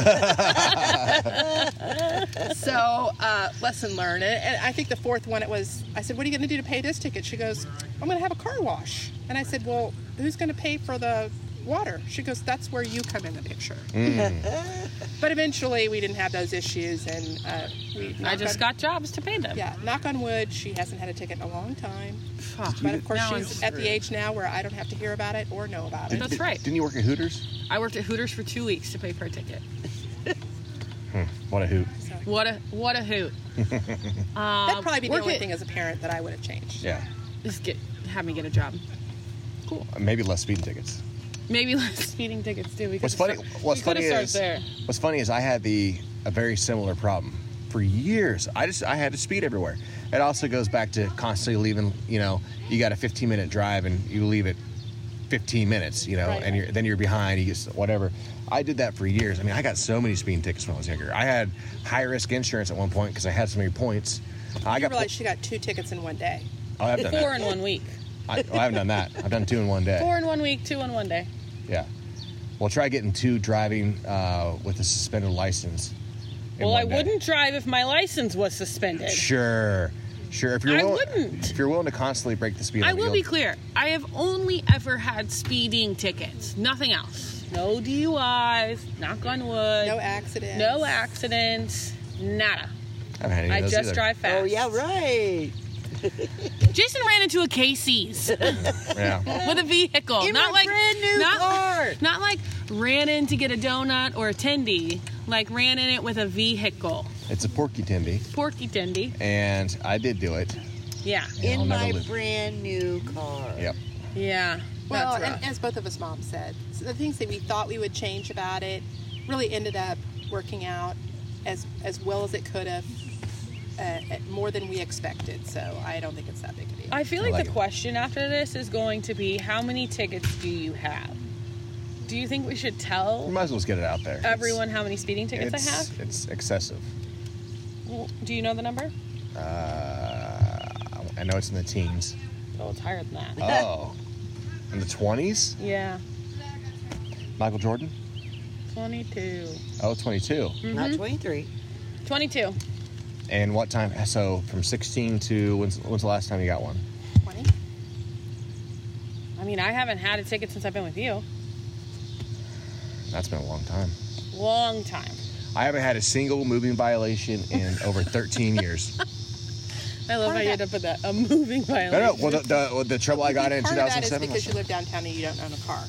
[SPEAKER 7] so, uh, lesson learned. And, and I think the fourth one, it was, I said, What are you going to do to pay this ticket? She goes, I'm going to have a car wash. And I said, Well, who's going to pay for the water? She goes, That's where you come in the picture. but eventually, we didn't have those issues. And uh, we
[SPEAKER 3] I just
[SPEAKER 7] got.
[SPEAKER 3] got jobs to pay them.
[SPEAKER 7] Yeah, knock on wood, she hasn't had a ticket in a long time. But of course,
[SPEAKER 3] Now
[SPEAKER 7] she's at the age now where I don't have to hear about it or know about it.
[SPEAKER 3] That's right.
[SPEAKER 5] Didn't you work at Hooters?
[SPEAKER 3] I worked at Hooters for two weeks to pay for a ticket.
[SPEAKER 5] What a hoot.
[SPEAKER 3] What a what a hoot!
[SPEAKER 7] That'd probably be the
[SPEAKER 3] uh, work
[SPEAKER 7] only
[SPEAKER 3] it-
[SPEAKER 7] thing as a parent that I would have changed.
[SPEAKER 5] Yeah.
[SPEAKER 3] Just get have me get a job.
[SPEAKER 5] Maybe less speeding tickets.
[SPEAKER 3] Maybe less speeding tickets too. We
[SPEAKER 5] What's
[SPEAKER 3] could've
[SPEAKER 5] funny?
[SPEAKER 3] start-
[SPEAKER 5] What's
[SPEAKER 3] we
[SPEAKER 5] funny
[SPEAKER 3] could've started
[SPEAKER 5] is
[SPEAKER 3] there.
[SPEAKER 5] what's funny is I had the a very similar problem for years. I just I had to speed everywhere. It also goes back to constantly leaving. You know, you got a 15 minute drive and you leave it 15 minutes. You know,
[SPEAKER 7] Right.
[SPEAKER 5] and you're then you're behind. You get whatever. I did that for years. I mean, I got so many speeding tickets when I was younger. I had high risk insurance at one point because I had so many points. I
[SPEAKER 7] I
[SPEAKER 5] got.
[SPEAKER 7] realized she got two tickets in one day.
[SPEAKER 5] oh, I've done
[SPEAKER 3] Four
[SPEAKER 5] that.
[SPEAKER 3] in one week.
[SPEAKER 5] I, well, I haven't done that. I've done two in one day.
[SPEAKER 3] Four in one week. Two in one day.
[SPEAKER 5] Yeah. Well, try getting two driving uh, with a suspended license. in
[SPEAKER 3] Well, I
[SPEAKER 5] one day.
[SPEAKER 3] wouldn't drive if my license was suspended.
[SPEAKER 5] Sure, sure. If you're
[SPEAKER 3] I
[SPEAKER 5] willing,
[SPEAKER 3] wouldn't.
[SPEAKER 5] If you're willing to constantly break the speed,
[SPEAKER 3] I
[SPEAKER 5] limit,
[SPEAKER 3] will
[SPEAKER 5] you'll-
[SPEAKER 3] be clear. I have only ever had speeding tickets. Nothing else. No DUIs. Knock on wood.
[SPEAKER 7] No accidents.
[SPEAKER 3] No accidents. Nada.
[SPEAKER 5] I haven't had any of
[SPEAKER 3] I
[SPEAKER 5] those
[SPEAKER 3] just
[SPEAKER 5] either.
[SPEAKER 3] drive fast.
[SPEAKER 6] Oh yeah, right.
[SPEAKER 3] Jason ran into a Casey's
[SPEAKER 5] Yeah.
[SPEAKER 3] with a vehicle.
[SPEAKER 6] In
[SPEAKER 3] not
[SPEAKER 6] my
[SPEAKER 3] like
[SPEAKER 6] brand new
[SPEAKER 3] not,
[SPEAKER 6] car.
[SPEAKER 3] Not like ran in to get a donut or a tendy. Like ran in it with a vehicle.
[SPEAKER 5] it's a porky tendy,
[SPEAKER 3] Porky tendy.
[SPEAKER 5] and I did do it.
[SPEAKER 3] Yeah.
[SPEAKER 5] Yeah, I'll
[SPEAKER 6] In
[SPEAKER 5] never
[SPEAKER 6] my
[SPEAKER 5] live-
[SPEAKER 6] brand new car.
[SPEAKER 5] Yep.
[SPEAKER 3] Yeah.
[SPEAKER 7] Well,
[SPEAKER 3] That's rough.
[SPEAKER 7] and as both of us moms said, so the things that we thought we would change about it really ended up working out as as well as it could have, uh, more than we expected. So I don't think it's that big a deal.
[SPEAKER 3] I feel like,
[SPEAKER 5] like
[SPEAKER 3] the
[SPEAKER 5] it.
[SPEAKER 3] question after this is going to be how many tickets do you have? Do you think we should
[SPEAKER 5] We
[SPEAKER 3] tell
[SPEAKER 5] might as well just get it out there. It's-
[SPEAKER 3] everyone how many speeding
[SPEAKER 5] it's,
[SPEAKER 3] tickets I have?
[SPEAKER 5] It's excessive.
[SPEAKER 3] Well, Do you know the number?
[SPEAKER 5] Uh, I know it's in the teens.
[SPEAKER 3] Oh, it's higher than that.
[SPEAKER 5] Oh, in the twenties.
[SPEAKER 3] yeah.
[SPEAKER 5] Michael Jordan.
[SPEAKER 3] 22.
[SPEAKER 5] Oh, 22.
[SPEAKER 3] Mm-hmm.
[SPEAKER 6] Not 23.
[SPEAKER 3] 22.
[SPEAKER 5] And what time? So from 16 to when's, when's the last time you got one?
[SPEAKER 7] Twenty.
[SPEAKER 3] I mean, I haven't had a ticket since I've been with you.
[SPEAKER 5] That's been a long time.
[SPEAKER 3] Long time.
[SPEAKER 5] I haven't had a single moving violation in over 13 years.
[SPEAKER 3] I love how you end up with that. A moving
[SPEAKER 5] No,
[SPEAKER 3] violation.
[SPEAKER 5] no. Well, the, the, well, the trouble I got in
[SPEAKER 7] Part of that is
[SPEAKER 5] 2007.
[SPEAKER 7] because you
[SPEAKER 5] was-
[SPEAKER 7] live downtown and you don't own a car.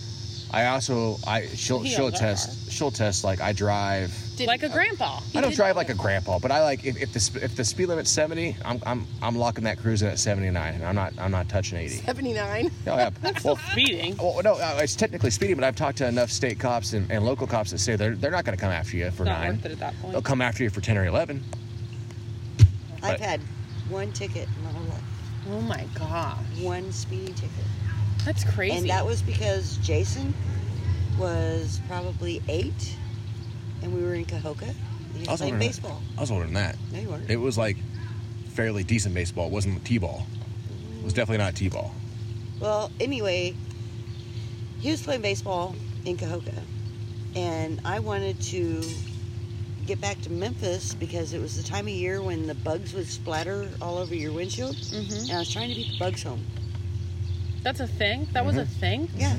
[SPEAKER 5] I also, I she'll
[SPEAKER 3] He
[SPEAKER 5] she'll
[SPEAKER 3] owns our
[SPEAKER 5] test she'll test like I drive.
[SPEAKER 7] Didn't
[SPEAKER 3] Like a grandpa.
[SPEAKER 5] I don't
[SPEAKER 7] did
[SPEAKER 5] drive
[SPEAKER 7] own
[SPEAKER 5] like
[SPEAKER 7] a
[SPEAKER 5] a grandpa, but I like if, if the sp- if the speed limit's 70, I'm I'm I'm locking that cruise in at 79, and I'm not I'm not touching 80.
[SPEAKER 7] 79.
[SPEAKER 5] No, yeah. Well,
[SPEAKER 3] Speeding.
[SPEAKER 5] well, no, uh, it's technically speeding, but I've talked to enough state cops and, and local cops that say they're they're not going to come after you for
[SPEAKER 3] Not
[SPEAKER 5] nine.
[SPEAKER 3] worth it at that point.
[SPEAKER 5] They'll come after you for 10 or 11.
[SPEAKER 6] I've had one ticket in my whole life.
[SPEAKER 3] Oh my God.
[SPEAKER 6] One speeding ticket.
[SPEAKER 3] That's crazy.
[SPEAKER 6] And that was because Jason was probably eight, and we were in Cahokia. And he was playing
[SPEAKER 5] than that.
[SPEAKER 6] baseball.
[SPEAKER 5] I was older than that.
[SPEAKER 6] No, you weren't.
[SPEAKER 5] It was like fairly decent baseball. It wasn't t-ball. It was definitely not t-ball.
[SPEAKER 6] Well, anyway, he was playing baseball in Cahokia, and I wanted to get back to Memphis because it was the time of year when the bugs would splatter all over your windshield, and I was trying to beat the bugs home.
[SPEAKER 3] That's a thing. That was a
[SPEAKER 5] Mm-hmm.
[SPEAKER 3] thing.
[SPEAKER 6] Yeah,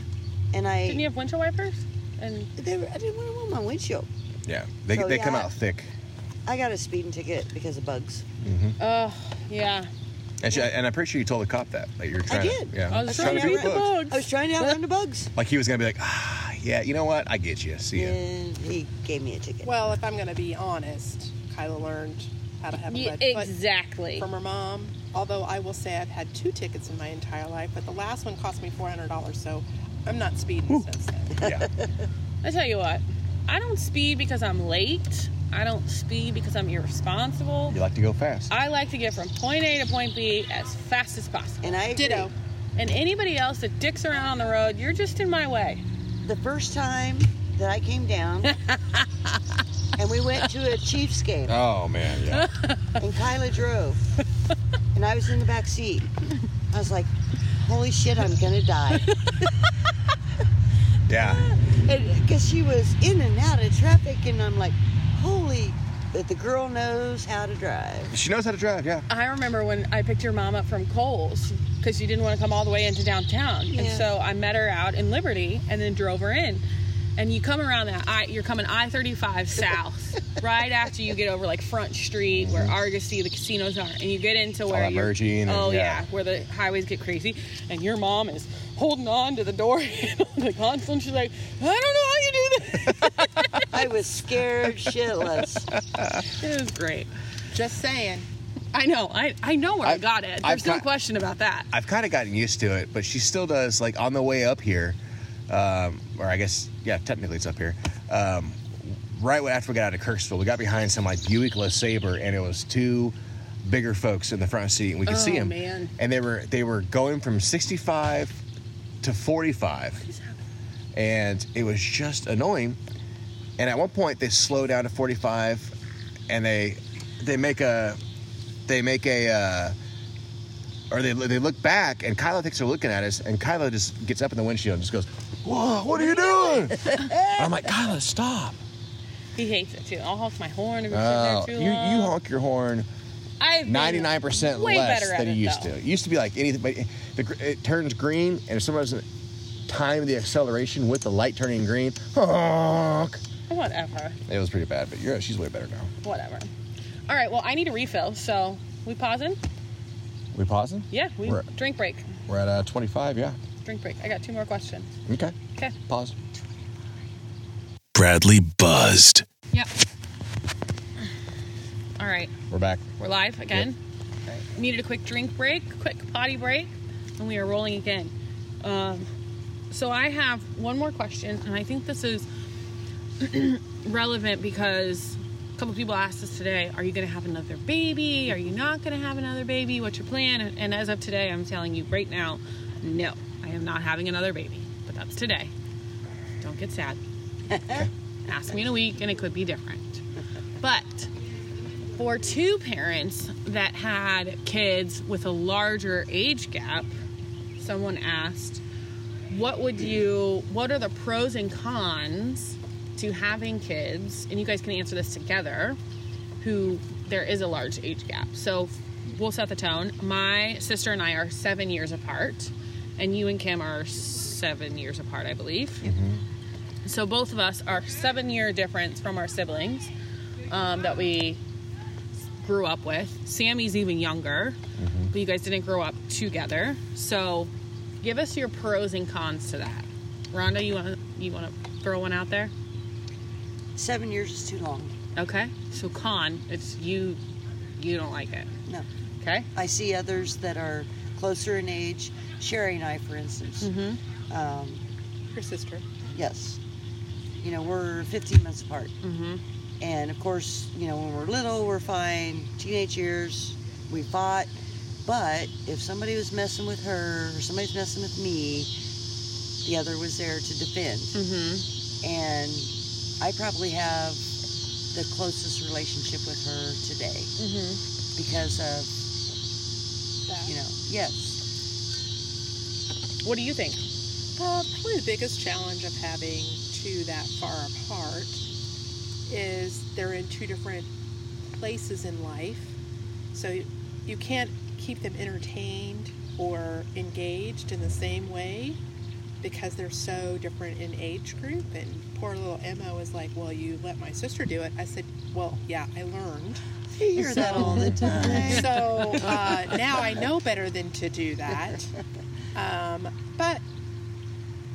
[SPEAKER 6] and I
[SPEAKER 3] Didn't you have windshield wipers? And
[SPEAKER 6] they were, I didn't want to on my windshield.
[SPEAKER 5] Yeah, they,
[SPEAKER 6] So,
[SPEAKER 5] they come
[SPEAKER 6] yeah.
[SPEAKER 5] out thick.
[SPEAKER 6] I got a speeding ticket because of bugs.
[SPEAKER 3] oh yeah,
[SPEAKER 5] And, she, and I'm pretty sure you told the cop that. Like you're
[SPEAKER 6] I
[SPEAKER 5] trying
[SPEAKER 6] did.
[SPEAKER 5] To, yeah.
[SPEAKER 3] I was
[SPEAKER 5] Trying
[SPEAKER 3] trying to beat
[SPEAKER 5] beat
[SPEAKER 3] the bugs.
[SPEAKER 6] I was trying to outrun the bugs,
[SPEAKER 5] Like he was gonna be like, ah, yeah, you know what? I get you. See ya.
[SPEAKER 6] and he gave me a ticket.
[SPEAKER 7] Well, if I'm going to be honest, Kyla learned how to have a
[SPEAKER 3] Yeah,
[SPEAKER 7] lead foot
[SPEAKER 3] exactly.
[SPEAKER 7] from her mom. Although I will say I've had two tickets in my entire life, but the last one cost me $400, so I'm not speeding since then.
[SPEAKER 5] Yeah.
[SPEAKER 3] I tell you what, I don't speed because I'm late. I don't speed because I'm irresponsible.
[SPEAKER 5] You like to go fast.
[SPEAKER 3] I like to get from point A to point B as fast as possible.
[SPEAKER 6] and I agree.
[SPEAKER 7] Ditto.
[SPEAKER 3] And anybody else that dicks around on the road, you're just in my way.
[SPEAKER 6] the first time that I came down, and we went to a Chiefs game,
[SPEAKER 5] oh man. Yeah.
[SPEAKER 6] and Kyla drove, and I was in the back seat. I was like, "Holy shit, I'm gonna die!"
[SPEAKER 5] yeah.
[SPEAKER 6] Because she was in and out of traffic, and I'm like, "Holy!" But the girl knows how to drive.
[SPEAKER 5] She knows how to drive. Yeah.
[SPEAKER 3] I remember when I picked your mom up from Coles because she didn't want to come all the way into downtown, and
[SPEAKER 6] Yeah.
[SPEAKER 3] so I met her out in Liberty and then drove her in. And you come around that I, you're coming I thirty five south, right after you get over like Front Street
[SPEAKER 5] Mm-hmm.
[SPEAKER 3] where Argosy the casinos are, and you get into where
[SPEAKER 5] that
[SPEAKER 3] you're-
[SPEAKER 5] merging and-
[SPEAKER 3] oh
[SPEAKER 5] yeah.
[SPEAKER 3] where the highways get crazy, and your mom is holding on to the door handle of the console, and she's like, I don't know how you do this.
[SPEAKER 6] I was scared shitless.
[SPEAKER 3] It was great.
[SPEAKER 7] Just saying.
[SPEAKER 3] I know. I, I know where I,
[SPEAKER 5] I've-
[SPEAKER 3] got it.
[SPEAKER 5] I've
[SPEAKER 3] There's no
[SPEAKER 5] got-
[SPEAKER 3] question about that.
[SPEAKER 5] I've kind of gotten used to it, but she still does like on the way up here, um, or I guess yeah, technically it's up here. Um, right when- after we got out of Kirksville, we got behind some like Buick LeSabre, and it was two bigger folks in the front seat, and we could see
[SPEAKER 3] Oh,
[SPEAKER 5] them.
[SPEAKER 3] man.
[SPEAKER 5] And they were they were going from 65 to 45, and it was just annoying. And at one point, they slow down to 45, and they they make a they make a. Uh, or they, they look back and Kyla thinks they're looking at us and Kyla just gets up in the windshield and just goes, Whoa, what are you doing? I'm like, Kyla, stop.
[SPEAKER 3] He hates it too. I'll honk my horn if it's
[SPEAKER 5] Oh,
[SPEAKER 3] in
[SPEAKER 5] you,
[SPEAKER 3] there too
[SPEAKER 5] you
[SPEAKER 3] long.
[SPEAKER 5] honk your horn
[SPEAKER 3] I've been
[SPEAKER 5] 99%
[SPEAKER 3] way
[SPEAKER 5] less
[SPEAKER 3] better at
[SPEAKER 5] than you
[SPEAKER 3] it,
[SPEAKER 5] used
[SPEAKER 3] though.
[SPEAKER 5] to. It used to be like anything, but the, gr- it turns green and if someone doesn't time the acceleration with the light turning green, honk.
[SPEAKER 3] Whatever.
[SPEAKER 5] It was pretty bad, but you're, she's way better now.
[SPEAKER 3] Whatever. All right. Well, I need a refill, so we pausing.
[SPEAKER 5] We pausing?
[SPEAKER 3] Yeah, we
[SPEAKER 5] We're-
[SPEAKER 3] drink break.
[SPEAKER 5] We're at uh, 25, yeah.
[SPEAKER 3] Drink break. I got two more questions.
[SPEAKER 5] Okay,
[SPEAKER 3] Okay.
[SPEAKER 5] pause.
[SPEAKER 1] Bradley buzzed.
[SPEAKER 3] Yep. All right.
[SPEAKER 5] We're back.
[SPEAKER 3] We're live again. All right. Needed a quick drink break, quick potty break, and we are rolling again. Um, so I have one more question, and I think this is relevant because a couple people asked us today: Are you going to have another baby? Are you not going to have another baby? What's your plan? And, and as of today, I'm telling you right now, no, I am not having another baby. But that's today. Don't get sad. Ask me in a week, and it could be different. But for two parents that had kids with a larger age gap, someone asked, "What would you? What are the pros and cons to having kids?" And you guys can answer this together. Who there is a large age gap, so we'll set the tone. My sister and I are seven years apart, and you and Kim are seven years apart, I believe. So both of us are seven year difference from our siblings um, that we grew up with. Sammy's even younger, but you guys didn't grow up together. So, give us your pros and cons to that. Rhonda, you want to you want to throw one out there?
[SPEAKER 6] Seven years is too long.
[SPEAKER 3] Okay. So con, it's you you don't like it.
[SPEAKER 6] No,
[SPEAKER 3] Okay.
[SPEAKER 6] I see others that are closer in age. Sherry and I, for instance. Um,
[SPEAKER 7] Her sister.
[SPEAKER 6] Yes. You know, we're 15 months apart. And of course, you know, when we're little, we're fine. Teenage years, we fought. But if somebody was messing with her or somebody's messing with me, the other was there to defend. Mm-hmm. And I probably have the closest relationship with her today because of,
[SPEAKER 7] That.
[SPEAKER 6] you know, yes.
[SPEAKER 3] What do you think?
[SPEAKER 7] Uh, probably the biggest challenge of having two two that far apart is they're in two different places in life. So you can't keep them entertained or engaged in the same way because they're so different in age group. And poor little Emma was like, Well, you let my sister do it. I said, Well, yeah, I learned.
[SPEAKER 6] I hear that all the time.
[SPEAKER 7] So uh, now I know better than to do that. Um, but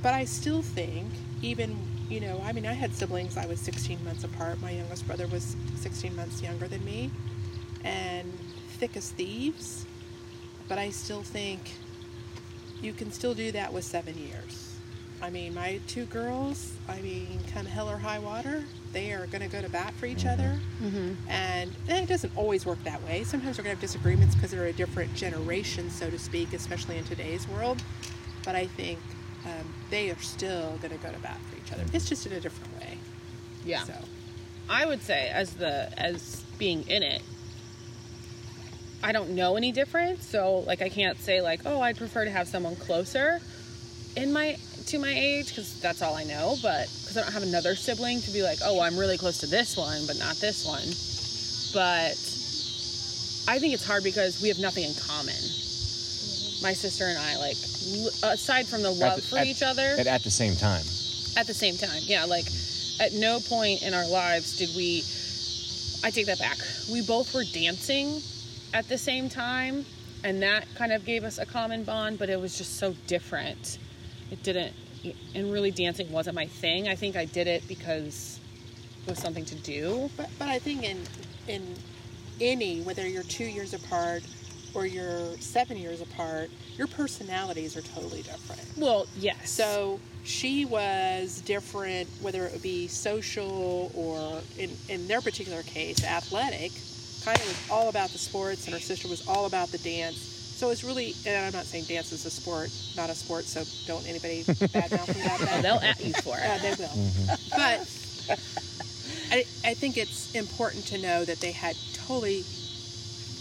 [SPEAKER 7] but I still think even you know I mean I had siblings I was 16 months apart. My youngest brother was 16 months younger than me, and thick as thieves. But I still think you can still do that with seven years. I mean, my two girls, I mean, come hell or high water, they are going to go to bat for each other. And, and it doesn't always work that way. Sometimes we're going to have disagreements because they're a different generation, so to speak, especially in today's world. But I think um, they are still going to go to bat for each other. It's just in a different way.
[SPEAKER 3] Yeah.
[SPEAKER 7] So,
[SPEAKER 3] I would say as the as being in it, I don't know any difference. So like I can't say like, oh, I'd prefer to have someone closer in my to my age because that's all I know. But because I don't have another sibling to be like, oh, I'm really close to this one, but not this one. But I think it's hard because we have nothing in common. My sister and I, like, l- aside from the love
[SPEAKER 5] the-
[SPEAKER 3] for
[SPEAKER 5] Mm-hmm. at-
[SPEAKER 3] each other,
[SPEAKER 5] At, at the same time.
[SPEAKER 3] at the same time yeah like at no point in our lives did we i take that back we both were dancing at the same time and that kind of gave us a common bond but it was just so different it didn't and really dancing wasn't my thing i think i did it because it was something to do
[SPEAKER 7] but, but I think in in any whether you're two years apart or you're seven years apart, your personalities are totally different.
[SPEAKER 3] well yes
[SPEAKER 7] So she was different, whether it would be social or in, in their particular case, athletic. Kaya was all about the sports, and her sister was all about the dance. So it's really, and I'm not saying dance is a sport, not a sport, so don't anybody badmouth me about that.
[SPEAKER 3] they'll at you for
[SPEAKER 7] Yeah,
[SPEAKER 3] it
[SPEAKER 7] they will.
[SPEAKER 5] Mm-hmm.
[SPEAKER 7] But I, I think it's important to know that they had totally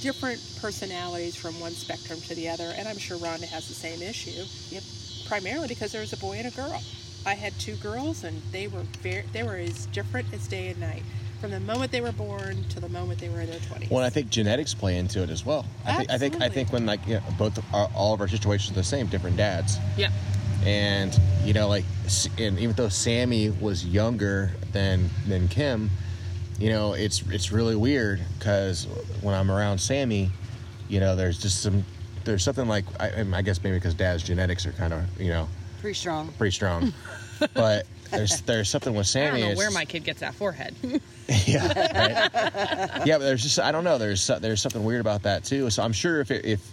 [SPEAKER 7] different personalities from one spectrum to the other, and I'm sure Rhonda has the same issue. Yep. Primarily because there was a boy and a girl. I had two girls, and they were very, they were as different as day and night from the moment they were born to the moment they were in their 20s.
[SPEAKER 5] Well, I think genetics play into it as well. I think, I think I think when like you know, both our, all of our situations are the same, different dads,
[SPEAKER 3] yeah
[SPEAKER 5] and you know like S- and even though Sammy was younger than than Kim, you know it's it's really weird because when I'm around Sammy, you know there's just some there's something like I, and I guess maybe because dad's genetics are kind of you know
[SPEAKER 6] Pretty strong.
[SPEAKER 5] pretty strong, but there's there's something
[SPEAKER 3] i
[SPEAKER 5] with Sammy.
[SPEAKER 3] don't know
[SPEAKER 5] it's
[SPEAKER 3] where
[SPEAKER 5] just-
[SPEAKER 3] my kid gets that forehead
[SPEAKER 5] yeah, right. yeah, but there's just I don't know. There's so- there's something weird about that too. So I'm sure if it, if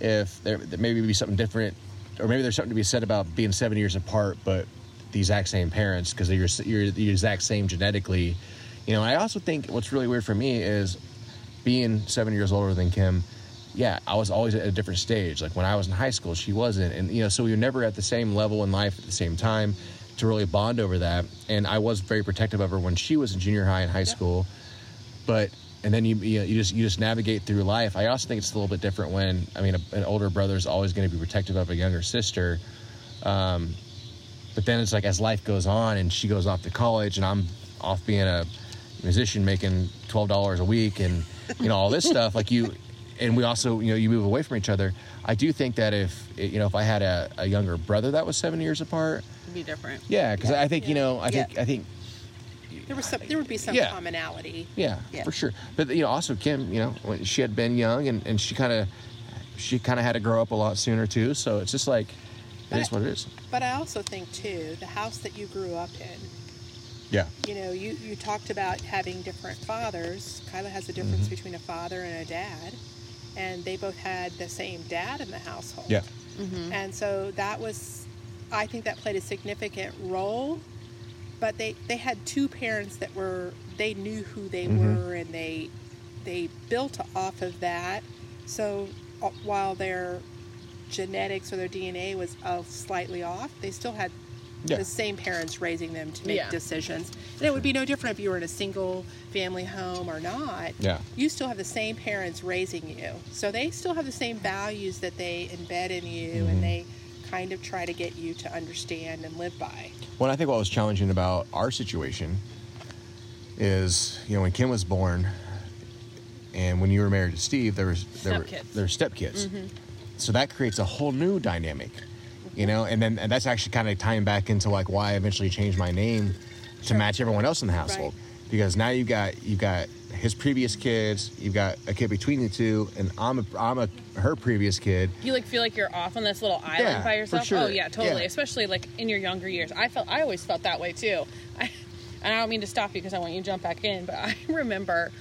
[SPEAKER 5] if there, there maybe be something different, or maybe there's something to be said about being seven years apart, but the exact same parents because you're s- you're the exact same genetically. You know, I also think what's really weird for me is being seven years older than Kim. Yeah, I was always at a different stage. Like when I was in high school, she wasn't, and you know, so we were never at the same level in life at the same time to really bond over that. And I was very protective of her when she was in junior high and high school but and then you you, know, you just you just navigate through life. I also think it's a little bit different when I mean a, an older brother is always going to be protective of a younger sister, um, but then it's like as life goes on and she goes off to college and I'm off being a musician making twelve dollars a week and you know all this stuff like you and we also you know you move away from each other. I do think that if you know if I had a, a younger brother that was seven years apart,
[SPEAKER 3] be different
[SPEAKER 5] yeah, because I think you know I
[SPEAKER 6] Yeah.
[SPEAKER 5] think I think
[SPEAKER 7] There was some, there would be some
[SPEAKER 5] Yeah.
[SPEAKER 7] commonality.
[SPEAKER 5] Yeah,
[SPEAKER 6] Yeah.
[SPEAKER 5] for sure. But you know, also Kim, you know, when she had been young and, and she kind of she kind of had to grow up a lot sooner too. So it's just like it is what it is.
[SPEAKER 7] But I also think too, the house that you grew up in,
[SPEAKER 5] Yeah,
[SPEAKER 7] you know, you, you talked about having different fathers. Kyla has a difference between a father and a dad, and they both had the same dad in the household.
[SPEAKER 5] yeah,
[SPEAKER 7] And so that was, I think that played a significant role. But they, they had two parents that were, they knew who they were and they, they built off of that. So uh, while their genetics or their DNA was uh, slightly off, they still had
[SPEAKER 5] Yeah.
[SPEAKER 7] the same parents raising them to make
[SPEAKER 3] Yeah.
[SPEAKER 7] decisions. And it would be no different if you were in a single family home or not.
[SPEAKER 5] Yeah.
[SPEAKER 7] You still have the same parents raising you. So they still have the same values that they embed in you and they kind of try to get you to understand and live by.
[SPEAKER 5] Well, I think what was challenging about our situation is, you know, when Kim was born, and when you were married to Steve, there was there were
[SPEAKER 3] Stepkids.
[SPEAKER 5] there were stepkids. So that creates a whole new dynamic, you know. And then and that's actually kind of tying back into like why I eventually changed my name to match everyone else in the household, because now you've got you've got his previous kids, you've got a kid between the two, and I'm a, I'm a her previous kid.
[SPEAKER 3] You like feel like you're off on this little island
[SPEAKER 5] Yeah,
[SPEAKER 3] by
[SPEAKER 5] for
[SPEAKER 3] yourself.
[SPEAKER 5] sure.
[SPEAKER 3] Oh yeah, totally.
[SPEAKER 5] Yeah.
[SPEAKER 3] Especially like in your younger years. I felt I always felt that way too. I and I don't mean to stop you because I want you to jump back in, but I remember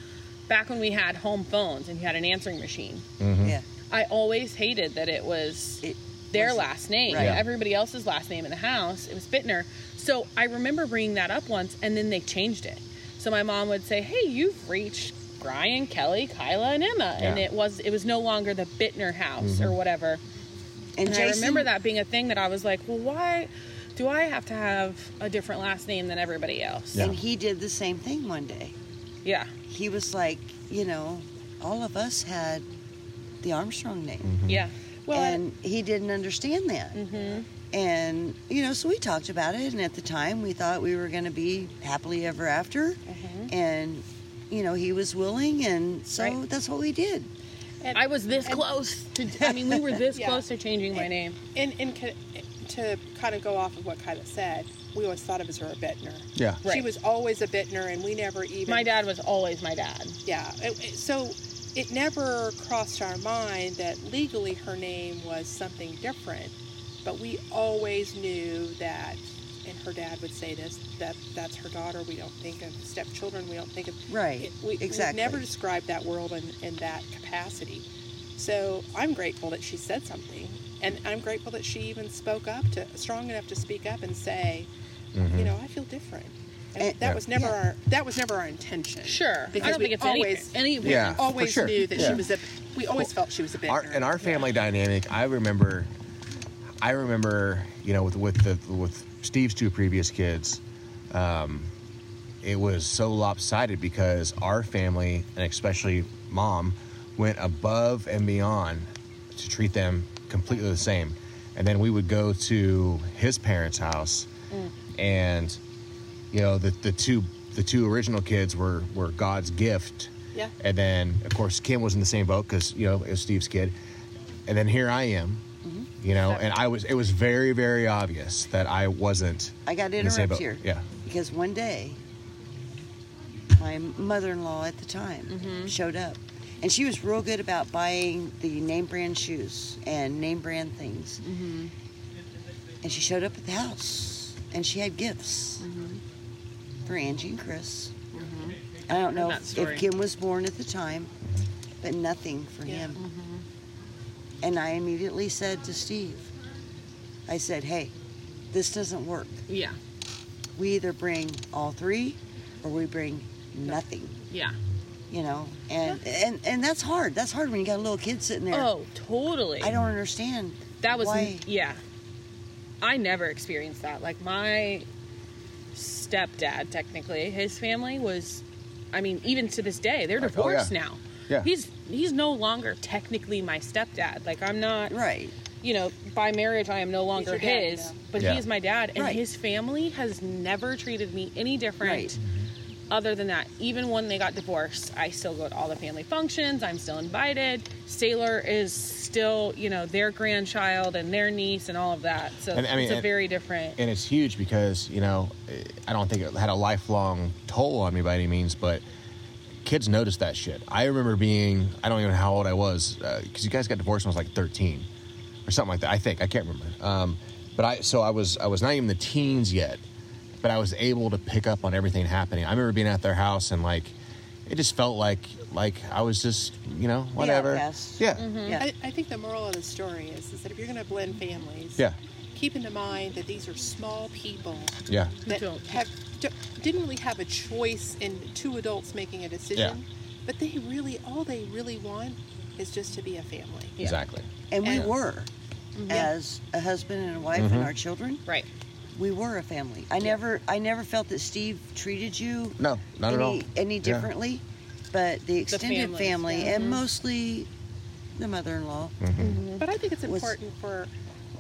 [SPEAKER 3] back when we had home phones and you had an answering machine.
[SPEAKER 5] Mm.
[SPEAKER 6] Yeah.
[SPEAKER 3] I always hated that it was
[SPEAKER 6] It
[SPEAKER 3] their
[SPEAKER 6] was-
[SPEAKER 3] last name,
[SPEAKER 6] right. Yeah.
[SPEAKER 3] everybody else's last name in the house. It was Bittner. So I remember bringing that up once, and then they changed it. So my mom would say, "Hey, you've reached Brian, Kelly, Kyla, and Emma," and
[SPEAKER 5] Yeah.
[SPEAKER 3] it
[SPEAKER 5] Mm-hmm.
[SPEAKER 3] was it was no longer the Bittner house or whatever. And
[SPEAKER 6] And, Jason,
[SPEAKER 3] I remember that being a thing that I was like, "Well, why do I have to have a different last name than everybody else?"
[SPEAKER 5] Yeah.
[SPEAKER 6] And he did the same thing one day.
[SPEAKER 3] yeah,
[SPEAKER 6] He was like, you know, all of us had the Armstrong name.
[SPEAKER 3] yeah. Well, Mm-hmm.
[SPEAKER 6] and he didn't understand that. And, you know, so we talked about it. And at the time, we thought we were going to be happily ever after. And, you know, he was willing. And so
[SPEAKER 3] Mm-hmm. Right.
[SPEAKER 6] that's what we did.
[SPEAKER 3] I was this close to. I mean, we were this
[SPEAKER 7] Yeah.
[SPEAKER 3] close to changing my name.
[SPEAKER 7] And, and co- to kind of go off of what Kyla said, we always thought of as her a Bittner.
[SPEAKER 5] Yeah.
[SPEAKER 7] She
[SPEAKER 3] Right.
[SPEAKER 7] was always a Bittner, and we never even.
[SPEAKER 3] My dad was always my dad.
[SPEAKER 7] Yeah. it- it- so it never crossed our mind that legally her name was something different, but we always knew that, and her dad would say this, that that's her daughter. We don't think of stepchildren. We don't think of.
[SPEAKER 6] Right,
[SPEAKER 7] It- we,
[SPEAKER 6] exactly.
[SPEAKER 7] We've never described that world in, in that capacity. So I'm grateful that she said something. And I'm grateful that she even spoke up to strong enough to speak up and say,
[SPEAKER 5] Mm-hmm.
[SPEAKER 7] you know, I feel different. And,
[SPEAKER 6] And-
[SPEAKER 7] that was never our that was never our intention.
[SPEAKER 3] Sure.
[SPEAKER 7] Because
[SPEAKER 3] I don't
[SPEAKER 7] we
[SPEAKER 3] think it's any-
[SPEAKER 7] always
[SPEAKER 3] any-
[SPEAKER 7] we
[SPEAKER 5] Yeah, for
[SPEAKER 7] always
[SPEAKER 5] sure.
[SPEAKER 7] knew that
[SPEAKER 5] Yeah.
[SPEAKER 7] she was a we always felt she was a bit
[SPEAKER 5] our, in our family dynamic, I remember, I remember, you know, with with the with Steve's two previous kids, um, it was so lopsided because our family and especially mom went above and beyond to treat them completely the same, and then we would go to his parents' house, and you know the the two the two original kids were were God's gift.
[SPEAKER 7] Yeah.
[SPEAKER 5] And then of course Kim was in the same boat because you know it was Steve's kid, and then here I am,
[SPEAKER 6] Mm-hmm.
[SPEAKER 5] you know, and I was it was very very obvious that I wasn't.
[SPEAKER 6] I got to
[SPEAKER 5] in the same
[SPEAKER 6] interrupt
[SPEAKER 5] boat.
[SPEAKER 6] here.
[SPEAKER 5] Yeah.
[SPEAKER 6] Because one day, my mother in law at the time
[SPEAKER 3] Mm-hmm.
[SPEAKER 6] showed up. And she was real good about buying the name brand shoes and name brand things.
[SPEAKER 3] Mm-hmm.
[SPEAKER 6] And she showed up at the house and she had gifts
[SPEAKER 3] Mm-hmm.
[SPEAKER 6] for Angie and Chris. I don't know
[SPEAKER 3] that
[SPEAKER 6] if,
[SPEAKER 3] story.
[SPEAKER 6] if Kim was born at the time, but nothing for him.
[SPEAKER 3] Mm-hmm.
[SPEAKER 6] And I immediately said to Steve, I said, hey, this doesn't work
[SPEAKER 3] Yeah.
[SPEAKER 6] we either bring all three or we bring nothing
[SPEAKER 3] Yeah.
[SPEAKER 6] you know and and and that's hard that's hard when you got a little kid sitting there
[SPEAKER 3] Oh, totally.
[SPEAKER 6] i don't understand
[SPEAKER 3] That was
[SPEAKER 6] why
[SPEAKER 3] yeah. I never experienced that. Like my stepdad, technically, his family was. I mean, even to this day, they're
[SPEAKER 5] oh, yeah.
[SPEAKER 3] divorced now.
[SPEAKER 5] Yeah.
[SPEAKER 3] He's he's no longer technically my stepdad. Like I'm not.
[SPEAKER 6] right
[SPEAKER 3] You know, by marriage, I am no longer
[SPEAKER 7] your dad
[SPEAKER 3] his,
[SPEAKER 7] now.
[SPEAKER 3] but
[SPEAKER 5] Yeah.
[SPEAKER 3] he is my dad, and
[SPEAKER 6] Right.
[SPEAKER 3] his family has never treated me any different.
[SPEAKER 6] Right.
[SPEAKER 3] Other than that, even when they got divorced, I still go to all the family functions. I'm still invited. Sailor is still, you know, their grandchild and their niece and all of that. So
[SPEAKER 5] And, I mean,
[SPEAKER 3] it's a
[SPEAKER 5] and-
[SPEAKER 3] very different.
[SPEAKER 5] and it's huge because you know i don't think it had a lifelong toll on me by any means but kids notice that shit i remember being i don't even know how old i was because you guys got divorced when i was like 13 or something like that i think i can't remember um, but i so i was i was not even the teens yet but i was able to pick up on everything happening i remember being at their house and like it just felt like like i was just you know whatever
[SPEAKER 6] outcast. Mm-hmm.
[SPEAKER 5] yeah
[SPEAKER 6] yeah
[SPEAKER 7] I, I think the moral of the story is, is that if you're going to blend families,
[SPEAKER 5] Yeah.
[SPEAKER 7] keep into mind that these are small people
[SPEAKER 5] yeah
[SPEAKER 7] that
[SPEAKER 3] Don't.
[SPEAKER 7] have d- didn't really have a choice in two adults making a decision, but they really all they really want is just to be a family.
[SPEAKER 5] exactly
[SPEAKER 6] and we
[SPEAKER 7] And-
[SPEAKER 6] were as a husband and a wife
[SPEAKER 5] Mm-hmm.
[SPEAKER 6] and our children
[SPEAKER 3] Right.
[SPEAKER 6] we were a family i never i never felt that steve treated you
[SPEAKER 5] no not
[SPEAKER 6] any,
[SPEAKER 5] at all
[SPEAKER 6] any
[SPEAKER 5] Yeah.
[SPEAKER 6] differently but the extended
[SPEAKER 3] families,
[SPEAKER 6] family
[SPEAKER 3] yeah.
[SPEAKER 6] and mostly the mother-in-law
[SPEAKER 5] Mm-hmm.
[SPEAKER 7] But I think it's
[SPEAKER 6] Was-
[SPEAKER 7] important for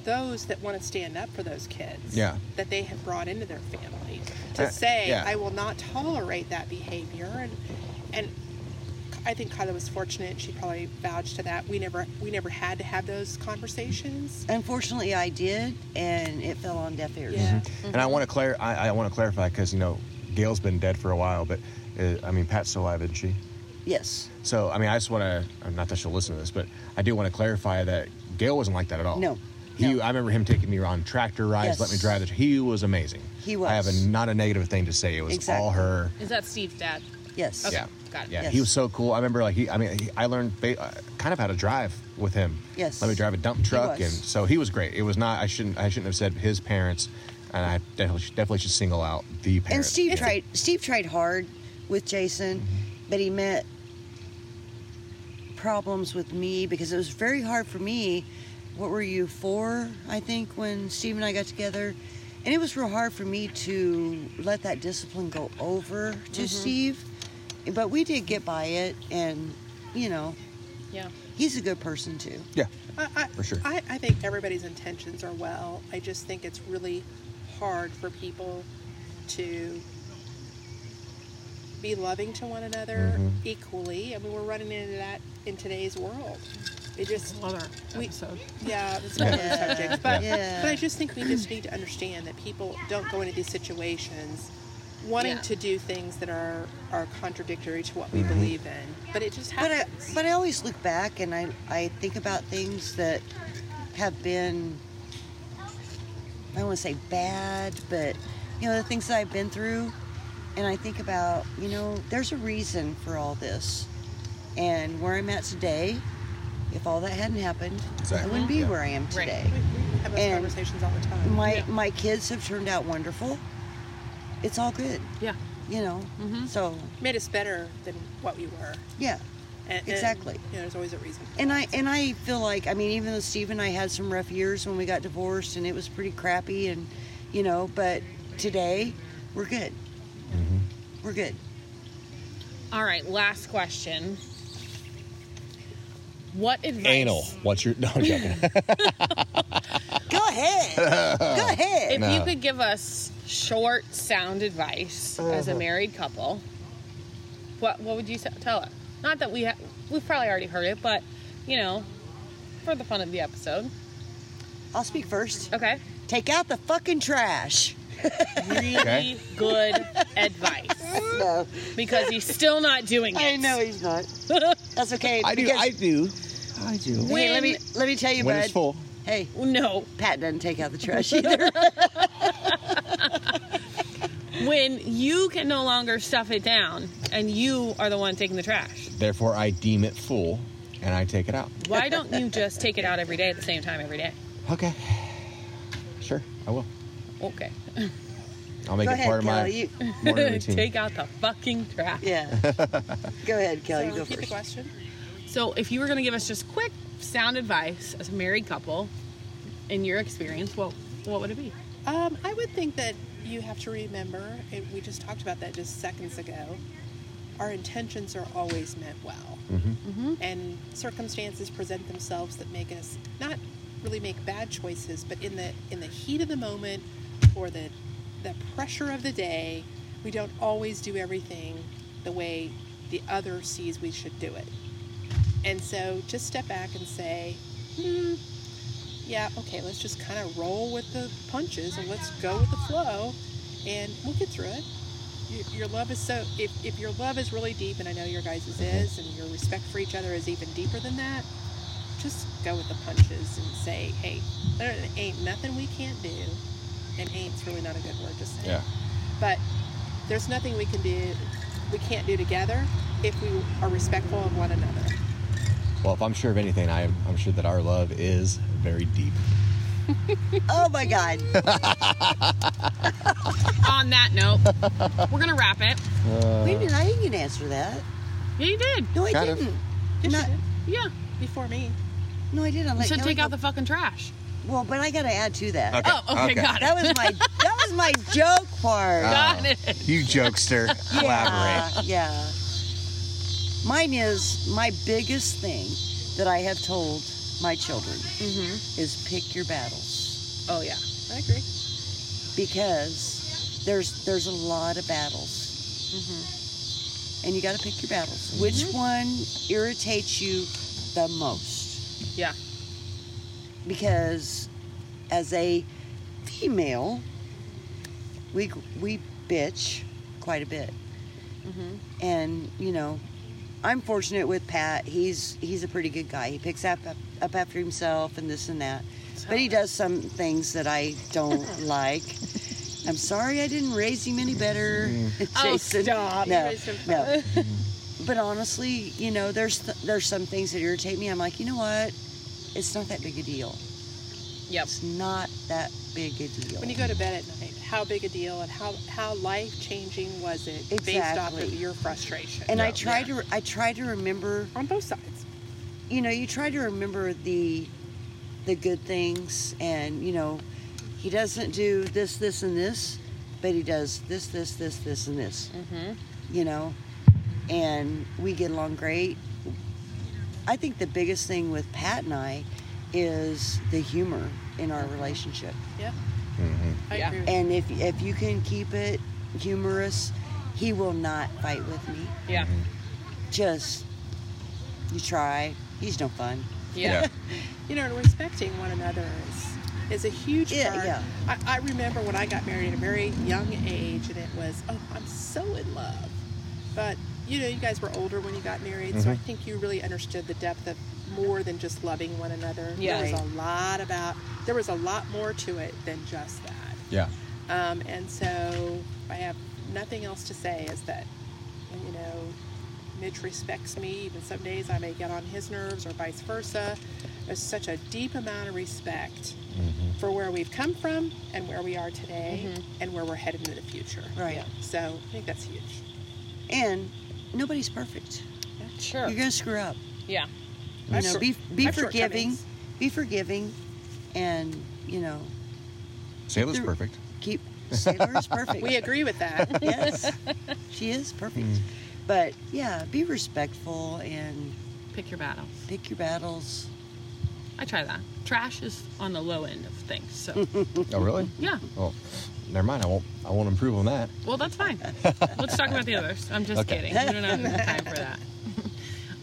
[SPEAKER 7] those that want to stand up for those kids
[SPEAKER 5] Yeah.
[SPEAKER 7] that they have brought into their family to
[SPEAKER 5] Uh,
[SPEAKER 7] say,
[SPEAKER 5] yeah.
[SPEAKER 7] I will not tolerate that behavior. And, and I think Kyla was fortunate. She probably vouched to that. We never, we never had to have those conversations.
[SPEAKER 6] Unfortunately, I did, and it fell on deaf ears.
[SPEAKER 7] Yeah.
[SPEAKER 5] And
[SPEAKER 6] Mm-hmm.
[SPEAKER 5] I want to clar- I, I want to clarify because you know Gail's been dead for a while, but uh, I mean Pat's still alive, isn't she?
[SPEAKER 6] Yes.
[SPEAKER 5] So I mean I just want to not that she'll listen to this, but I do want to clarify that Gail wasn't like that at all.
[SPEAKER 6] No.
[SPEAKER 5] He,
[SPEAKER 6] No.
[SPEAKER 5] I remember him taking me on tractor
[SPEAKER 6] Yes.
[SPEAKER 5] rides, let me drive the. He was amazing.
[SPEAKER 6] He
[SPEAKER 5] I have a,
[SPEAKER 6] was.
[SPEAKER 5] not a negative thing to say. It was all
[SPEAKER 6] Exactly.
[SPEAKER 5] her.
[SPEAKER 3] Is that Steve's dad?
[SPEAKER 6] Yes.
[SPEAKER 5] Yeah.
[SPEAKER 3] got it.
[SPEAKER 5] Yeah,
[SPEAKER 6] Yes.
[SPEAKER 5] he was so cool. I remember, like, he, I mean, he, I learned ba- uh, kind of how to drive with him.
[SPEAKER 6] Yes.
[SPEAKER 5] let me drive a dump truck,
[SPEAKER 6] was.
[SPEAKER 5] and so he was great. It was not. I shouldn't. I shouldn't have said his parents, and I definitely, should- definitely should single out the parents.
[SPEAKER 6] And Steve
[SPEAKER 5] Yeah.
[SPEAKER 6] tried. Steve tried hard with Jason, but he met problems with me because it was very hard for me. What were you four? I think when Steve and I got together, and it was real hard for me to let that discipline go over to
[SPEAKER 7] Mm-hmm.
[SPEAKER 6] Steve. But we did get by it, and you know,
[SPEAKER 3] Yeah.
[SPEAKER 6] he's a good person too.
[SPEAKER 5] Yeah,
[SPEAKER 7] I, I,
[SPEAKER 5] For sure.
[SPEAKER 7] I, I think everybody's intentions are well. I just think it's really hard for people to be loving to one another
[SPEAKER 5] Mm-hmm.
[SPEAKER 7] equally. I mean, we're running into that in today's world. It just
[SPEAKER 3] Another
[SPEAKER 7] We-
[SPEAKER 3] episode.
[SPEAKER 7] yeah, it's not
[SPEAKER 6] Yeah.
[SPEAKER 7] another subject, but
[SPEAKER 6] Yeah.
[SPEAKER 7] but I just think we just need to understand that people don't go into these situations wanting
[SPEAKER 3] Yeah.
[SPEAKER 7] to do things that are are contradictory to what we
[SPEAKER 5] Mm-hmm.
[SPEAKER 7] believe in. But it just
[SPEAKER 6] But I,
[SPEAKER 7] happens.
[SPEAKER 6] but I always look back and I, I think about things that have been, I don't want to say bad, but, you know, the things that I've been through. And I think about, you know, there's a reason for all this. And where I'm at today, if all that hadn't happened, I
[SPEAKER 5] Exactly.
[SPEAKER 6] wouldn't be
[SPEAKER 5] Yeah.
[SPEAKER 6] where I am
[SPEAKER 3] Right.
[SPEAKER 6] today.
[SPEAKER 7] we, we have those
[SPEAKER 6] and
[SPEAKER 7] conversations all the time.
[SPEAKER 6] My,
[SPEAKER 3] Yeah.
[SPEAKER 6] my kids have turned out wonderful. It's all good,
[SPEAKER 3] Yeah.
[SPEAKER 6] you know?
[SPEAKER 3] Mm-hmm.
[SPEAKER 6] So,
[SPEAKER 7] made us better than what we were.
[SPEAKER 6] yeah.
[SPEAKER 7] And, and,
[SPEAKER 6] Exactly.
[SPEAKER 7] you know, there's always a reason. for
[SPEAKER 6] And
[SPEAKER 7] that.
[SPEAKER 6] I and I feel like I mean even though Steve and I had some rough years when we got divorced and it was pretty crappy and you know but today we're good.
[SPEAKER 5] Mm-hmm.
[SPEAKER 6] We're good.
[SPEAKER 3] All right, last question. What advice?
[SPEAKER 5] anal. What's your? No, I'm joking.
[SPEAKER 6] Go ahead. Go ahead.
[SPEAKER 3] If you could give us short sound advice as a
[SPEAKER 6] Uh-huh.
[SPEAKER 3] married couple, what what would you sa- tell us? Not that we ha- we've probably already heard it, but you know, for the fun of the episode.
[SPEAKER 6] I'll speak first.
[SPEAKER 3] Okay.
[SPEAKER 6] Take out the fucking trash.
[SPEAKER 3] Really
[SPEAKER 5] Okay.
[SPEAKER 3] good advice
[SPEAKER 6] No.
[SPEAKER 3] because he's still not doing it.
[SPEAKER 6] I know he's not. That's okay.
[SPEAKER 5] I do.
[SPEAKER 6] because-
[SPEAKER 5] I do. I do.
[SPEAKER 6] Hey, let me let me tell you,
[SPEAKER 5] When
[SPEAKER 6] bud.
[SPEAKER 5] it's full.
[SPEAKER 6] Hey,
[SPEAKER 3] No,
[SPEAKER 6] Pat doesn't take out the trash either.
[SPEAKER 3] when you can no longer stuff it down and you are the one taking the trash.
[SPEAKER 5] Therefore, I deem it full, and I take it out.
[SPEAKER 3] Why don't you just take it out every day at the same time every day?
[SPEAKER 5] Okay. Sure, I will.
[SPEAKER 3] Okay.
[SPEAKER 5] I'll make
[SPEAKER 6] Go
[SPEAKER 5] it
[SPEAKER 6] ahead,
[SPEAKER 5] part of my
[SPEAKER 6] Kelly. You,
[SPEAKER 5] morning routine.
[SPEAKER 3] Take out the fucking trash.
[SPEAKER 6] yeah. Go ahead, Kelly.
[SPEAKER 7] so
[SPEAKER 6] you go
[SPEAKER 7] repeat the
[SPEAKER 6] first.
[SPEAKER 7] question.
[SPEAKER 3] So, if you were going to give us just quick sound advice as a married couple, in your experience, what what would it be?
[SPEAKER 7] Um, I would think that you have to remember, and we just talked about that just seconds ago. Our intentions are always meant well,
[SPEAKER 6] Mm-hmm.
[SPEAKER 7] and circumstances present themselves that make us not really make bad choices, but in the in the heat of the moment or the the pressure of the day, we don't always do everything the way the other sees we should do it. And so, just step back and say, "Hmm, yeah, okay, let's just kind of roll with the punches and let's go with the flow and we'll get through it. Your, your love is so, if, if your love is really deep, and I know your guys' is, and your respect for each other is even deeper than that, just go with the punches and say, hey, there ain't nothing we can't do. And ain't's really not a good word to say
[SPEAKER 5] Yeah.
[SPEAKER 7] but there's nothing we can do we can't do together if we are respectful of one another
[SPEAKER 5] Well, if I'm sure of anything, I am, I'm sure that our love is very deep.
[SPEAKER 6] Oh my God.
[SPEAKER 5] Uh,
[SPEAKER 3] On that note, we're going to wrap it.
[SPEAKER 6] Wait a minute. I didn't answer that.
[SPEAKER 3] Yeah, you did.
[SPEAKER 6] No, I
[SPEAKER 5] Kind of.
[SPEAKER 6] didn't.
[SPEAKER 7] Yes, you
[SPEAKER 6] Not-
[SPEAKER 7] did.
[SPEAKER 3] Yeah.
[SPEAKER 7] before me
[SPEAKER 6] No, I didn't. I'm
[SPEAKER 3] You
[SPEAKER 6] like,
[SPEAKER 3] said
[SPEAKER 6] Kelly,
[SPEAKER 3] take out
[SPEAKER 6] go-
[SPEAKER 3] the fucking trash.
[SPEAKER 6] Well, but I gotta add to that.
[SPEAKER 3] Oh, okay, got it.
[SPEAKER 6] That was my that was my joke part.
[SPEAKER 3] Got it.
[SPEAKER 5] You jokester. Elaborate.
[SPEAKER 6] Uh, yeah. Mine is my biggest thing that I have told my children
[SPEAKER 3] Mm-hmm.
[SPEAKER 6] is pick your battles
[SPEAKER 3] Oh yeah, I agree.
[SPEAKER 6] because there's there's a lot of battles, and you got to pick your battles. Which one irritates you the most?
[SPEAKER 3] Yeah.
[SPEAKER 6] Because as a female, we we bitch quite a bit, and you know. I'm fortunate with Pat. He's he's a pretty good guy. He picks up up after himself and this and that. But he does some things that I don't like. I'm sorry I didn't raise him any better,
[SPEAKER 3] Mm.
[SPEAKER 6] Jason.
[SPEAKER 3] stop.
[SPEAKER 6] No, no. but honestly, you know, there's th- there's some things that irritate me. I'm like, you know what? It's not that big a deal.
[SPEAKER 3] Yep.
[SPEAKER 6] It's not that big a deal.
[SPEAKER 7] When you go to bed at night, how big a deal and how, how life changing was it based off of
[SPEAKER 6] Exactly.
[SPEAKER 7] your frustration?
[SPEAKER 6] and I try to I try to remember
[SPEAKER 7] on both sides.
[SPEAKER 6] you know you try to remember the the good things and you know he doesn't do this this and this but he does this this this this and this mm-hmm. you know and we get along great i think the biggest thing with pat and i is the humor in our relationship
[SPEAKER 7] Yeah. I
[SPEAKER 3] Yeah.
[SPEAKER 7] agree. with
[SPEAKER 6] and if if you can keep it humorous he will not fight with me
[SPEAKER 3] Yeah.
[SPEAKER 6] just you try he's no fun
[SPEAKER 3] Yeah.
[SPEAKER 7] you know, respecting one another is is a huge
[SPEAKER 6] Yeah,
[SPEAKER 7] part.
[SPEAKER 6] yeah.
[SPEAKER 7] I, I remember when I got married at a very young age, and it was, oh, I'm so in love. But you know, you guys were older when you got married, so I think you really understood the depth of more than just loving one another.
[SPEAKER 3] Yeah.
[SPEAKER 7] There was a lot about. There was a lot more to it than just that.
[SPEAKER 5] Yeah.
[SPEAKER 7] Um, and so I have nothing else to say is that, you know, Mitch respects me. Even some days I may get on his nerves or vice versa. There's such a deep amount of respect for where we've come from and where we are today
[SPEAKER 3] Mm-hmm.
[SPEAKER 7] and where we're headed into the future.
[SPEAKER 6] Right. Yeah.
[SPEAKER 7] So I think that's huge.
[SPEAKER 6] And nobody's perfect.
[SPEAKER 3] Sure.
[SPEAKER 6] You're gonna screw up.
[SPEAKER 3] Yeah.
[SPEAKER 6] You know, be be
[SPEAKER 7] I've
[SPEAKER 6] forgiving,
[SPEAKER 7] shortcomings.
[SPEAKER 6] be forgiving, and you know
[SPEAKER 5] Sailor's
[SPEAKER 6] They're-
[SPEAKER 5] perfect.
[SPEAKER 6] keep. Sailor is perfect.
[SPEAKER 7] We agree with that.
[SPEAKER 6] Yes, she is perfect.
[SPEAKER 5] Hmm.
[SPEAKER 6] But yeah, be respectful and
[SPEAKER 3] Pick your battles.
[SPEAKER 6] pick your battles.
[SPEAKER 3] I try that. Trash is on the low end of things. So
[SPEAKER 5] Oh, really?
[SPEAKER 3] yeah.
[SPEAKER 5] Oh, never mind. I won't. I won't improve on that.
[SPEAKER 3] Well, that's fine. Let's talk about the others. I'm just
[SPEAKER 5] Okay.
[SPEAKER 3] kidding. We don't have time for that.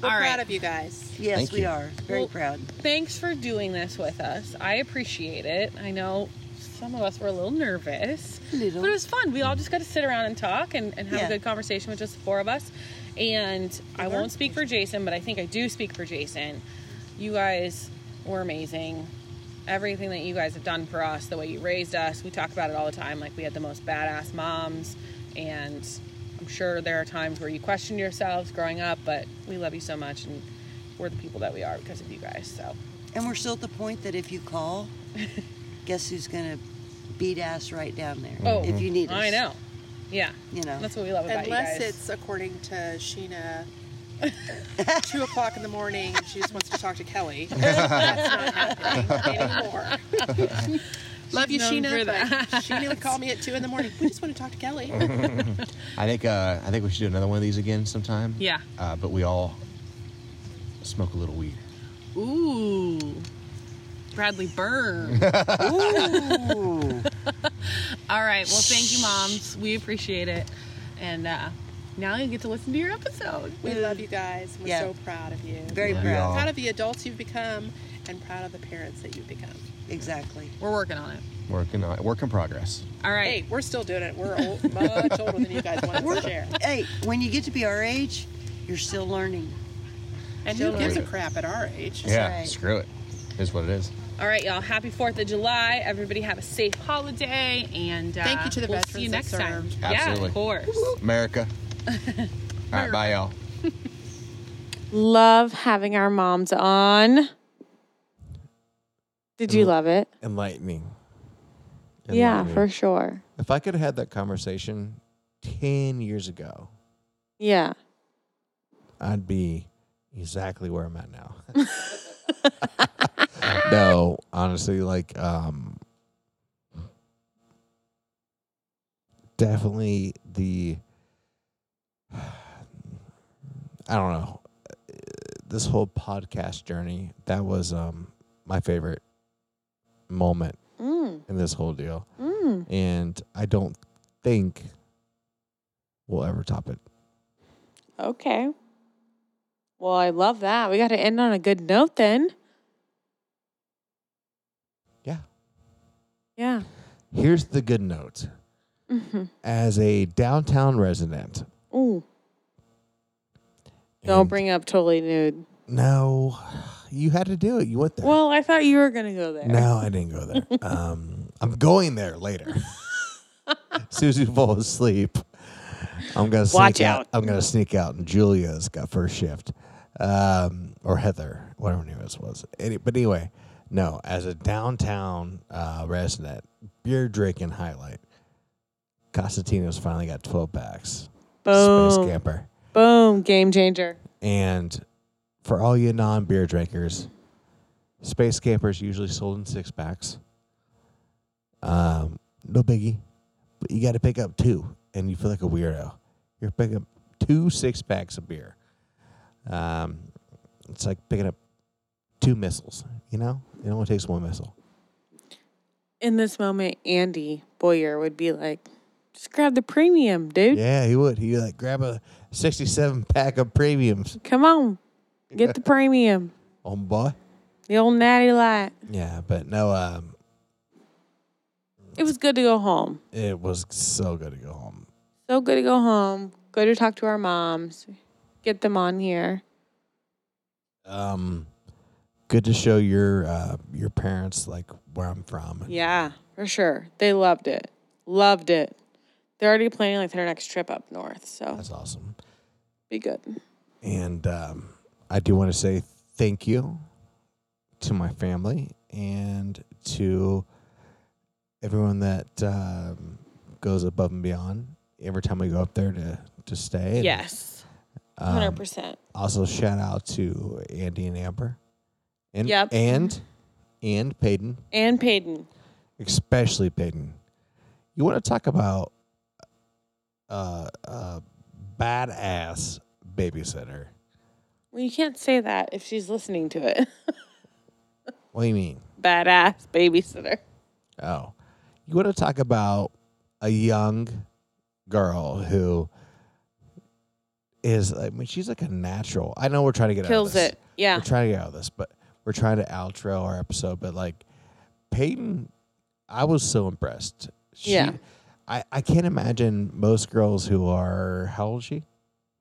[SPEAKER 7] We're
[SPEAKER 3] All
[SPEAKER 7] proud
[SPEAKER 3] right.
[SPEAKER 7] of you guys.
[SPEAKER 6] Yes,
[SPEAKER 5] Thank
[SPEAKER 6] we
[SPEAKER 5] you.
[SPEAKER 6] are very
[SPEAKER 3] Well-
[SPEAKER 6] proud.
[SPEAKER 3] Thanks for doing this with us. I appreciate it. I know some of us were a little nervous,
[SPEAKER 6] Little.
[SPEAKER 3] but it was fun. We all just got to sit around and talk and, and have a
[SPEAKER 6] Yeah. Uh-huh.
[SPEAKER 3] good conversation with just the four of us. And I won't speak for Jason, but I think I do speak for Jason. You guys were amazing. Everything that you guys have done for us, the way you raised us, we talk about it all the time. Like, we had the most badass moms, and I'm sure there are times where you question yourselves growing up, but we love you so much, and we're the people that we are because of you guys. So,
[SPEAKER 6] And we're still at the point that if you call, guess who's gonna beat ass right down there?
[SPEAKER 3] Oh,
[SPEAKER 6] if you need us.
[SPEAKER 3] I know. Yeah.
[SPEAKER 6] You know.
[SPEAKER 3] That's what we love about
[SPEAKER 7] Unless
[SPEAKER 3] you guys.
[SPEAKER 7] it's according to Sheena. two o'clock in the morning, she just wants to talk to Kelly. That's not happening anymore. Love you,
[SPEAKER 3] known for
[SPEAKER 7] Sheena.
[SPEAKER 3] that.
[SPEAKER 7] But Sheena would call me at two in the morning. We just want to talk to Kelly.
[SPEAKER 5] I think. Uh, I think we should do another one of these again sometime.
[SPEAKER 3] Yeah.
[SPEAKER 5] Uh, but we all smoke a little weed.
[SPEAKER 3] Ooh. Bradley Burn.
[SPEAKER 6] Ooh.
[SPEAKER 3] All right. Well, thank you, moms. We appreciate it. And uh, now you get to listen to your episode.
[SPEAKER 7] We love you guys. We're
[SPEAKER 6] Yeah.
[SPEAKER 7] so proud of you.
[SPEAKER 6] Very
[SPEAKER 5] Love
[SPEAKER 6] proud.
[SPEAKER 5] y'all.
[SPEAKER 7] proud of the adults you've become, and proud of the parents that you've become.
[SPEAKER 6] Exactly.
[SPEAKER 3] We're working on it.
[SPEAKER 5] Working on work in progress.
[SPEAKER 3] All right.
[SPEAKER 7] Hey, we're still doing it. We're old, much older than you guys wanted to share.
[SPEAKER 6] Hey, when you get to be our age, you're still learning.
[SPEAKER 7] And who gives a
[SPEAKER 5] learning.
[SPEAKER 7] crap at our age?
[SPEAKER 5] yeah.
[SPEAKER 6] right.
[SPEAKER 5] Screw it. Is what it is.
[SPEAKER 3] All right, y'all. Happy 4th of July. Everybody have a safe holiday. And uh,
[SPEAKER 7] Thank you to the
[SPEAKER 3] we'll
[SPEAKER 7] veterans
[SPEAKER 3] see you
[SPEAKER 7] that
[SPEAKER 3] next time.
[SPEAKER 7] served.
[SPEAKER 3] Yeah,
[SPEAKER 5] Absolutely.
[SPEAKER 3] of course.
[SPEAKER 5] America. All right. Bye, y'all.
[SPEAKER 9] Love having our moms on. Did you love it?
[SPEAKER 4] Enlightening.
[SPEAKER 9] Yeah,
[SPEAKER 4] Enlightening.
[SPEAKER 9] for sure.
[SPEAKER 4] If I could have had that conversation 10 years ago,
[SPEAKER 9] Yeah.
[SPEAKER 4] I'd be exactly where I'm at now. no, honestly, like, um, definitely the, I don't know, this whole podcast journey, that was um, my favorite moment in this whole deal,
[SPEAKER 9] Mm.
[SPEAKER 4] and I don't think we'll ever top it.
[SPEAKER 9] Okay. Well, I love that. We got to end on a good note then.
[SPEAKER 4] Yeah.
[SPEAKER 9] Yeah.
[SPEAKER 4] Here's the good note.
[SPEAKER 9] Mm-hmm.
[SPEAKER 4] As a downtown resident,
[SPEAKER 9] Ooh. Don't
[SPEAKER 4] and-
[SPEAKER 9] bring up totally nude.
[SPEAKER 4] No, you had to do it. You went there.
[SPEAKER 9] Well, I thought you were gonna go there.
[SPEAKER 4] No, I didn't go there. um, I'm going there later. as soon as you fall asleep, I'm gonna sneak
[SPEAKER 9] Watch
[SPEAKER 4] out.
[SPEAKER 9] out.
[SPEAKER 4] I'm gonna sneak out, and Julia's got first shift, um, or Heather, whatever her name is was. Any, but anyway, no. As a downtown uh, resident, beer drinking highlight. Costantino's finally got 12 packs. Space
[SPEAKER 9] Boom.
[SPEAKER 4] camper.
[SPEAKER 9] Boom. Game changer.
[SPEAKER 4] And for all you non beer drinkers, Space Camper is usually sold in six packs. Um, no biggie. But you got to pick up two, and you feel like a weirdo. You're picking up two six packs of beer. Um, it's like picking up two missiles, you know? It only takes one missile.
[SPEAKER 9] In this moment, Andy Boyer would be like, "Just grab the premium, dude.
[SPEAKER 4] Yeah, he would. He would like grab a 67 pack of premiums.
[SPEAKER 9] Come on, get the premium,
[SPEAKER 4] Oh, boy.
[SPEAKER 9] the old natty light."
[SPEAKER 4] Yeah, but no, um,
[SPEAKER 9] It was good to go home.
[SPEAKER 4] it was so good to go home.
[SPEAKER 9] So good to go home. Good to talk to our moms. Get them on here.
[SPEAKER 4] um good to show your uh your parents like where I'm from.
[SPEAKER 9] Yeah, for sure. They loved it. Loved it. They're already planning like their next trip up north, so
[SPEAKER 4] That's awesome.
[SPEAKER 9] be good.
[SPEAKER 4] And um I do want to say thank you to my family and to everyone that um goes above and beyond every time we go up there to to stay. And,
[SPEAKER 9] Yes,
[SPEAKER 4] um,
[SPEAKER 9] hundred percent.
[SPEAKER 4] Also shout out to Andy and Amber. And
[SPEAKER 9] Yep.
[SPEAKER 4] and and Peyton.
[SPEAKER 9] And Peyton,
[SPEAKER 4] especially Peyton. You want to talk about uh, a badass babysitter?
[SPEAKER 9] well, you can't say that if she's listening to it.
[SPEAKER 4] What do you mean?
[SPEAKER 9] Badass babysitter.
[SPEAKER 4] Oh, you want to talk about a young girl who is? I mean, she's like a natural. I know we're trying to get out
[SPEAKER 9] Kills
[SPEAKER 4] of this.
[SPEAKER 9] it. Yeah,
[SPEAKER 4] We're trying to get out of this, but we're trying to outro our episode. But like Peyton, I was so impressed. She,
[SPEAKER 9] Yeah.
[SPEAKER 4] I, I can't imagine most girls who are how old is she?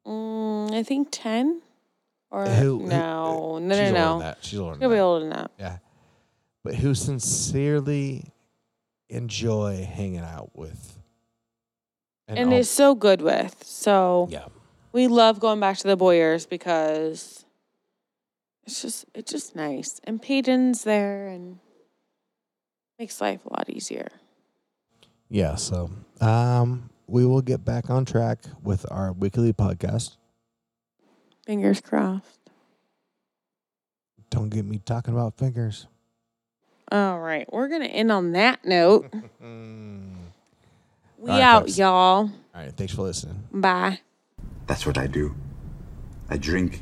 [SPEAKER 9] mm, I think ten or
[SPEAKER 4] Who- who-
[SPEAKER 9] no, no, no,
[SPEAKER 4] She's older than
[SPEAKER 9] no.
[SPEAKER 4] that. She's older than
[SPEAKER 9] She'll be
[SPEAKER 4] that.
[SPEAKER 9] older than that.
[SPEAKER 4] Yeah. But who sincerely enjoy hanging out with.
[SPEAKER 9] and
[SPEAKER 4] all-
[SPEAKER 9] is so good with. So
[SPEAKER 4] yeah.
[SPEAKER 9] we love going back to the Boyers because it's just it's just nice. And Peyton's there and makes life a lot easier.
[SPEAKER 4] Yeah. So um, we will get back on track with our weekly podcast.
[SPEAKER 9] Fingers crossed.
[SPEAKER 4] Don't get me talking about fingers.
[SPEAKER 9] All right, we're gonna end on that note. We
[SPEAKER 4] All right,
[SPEAKER 9] out,
[SPEAKER 4] folks.
[SPEAKER 9] y'all.
[SPEAKER 4] All right. Thanks for listening.
[SPEAKER 9] Bye.
[SPEAKER 8] That's what I do. I drink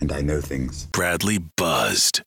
[SPEAKER 8] and I know things.
[SPEAKER 1] Bradley buzzed.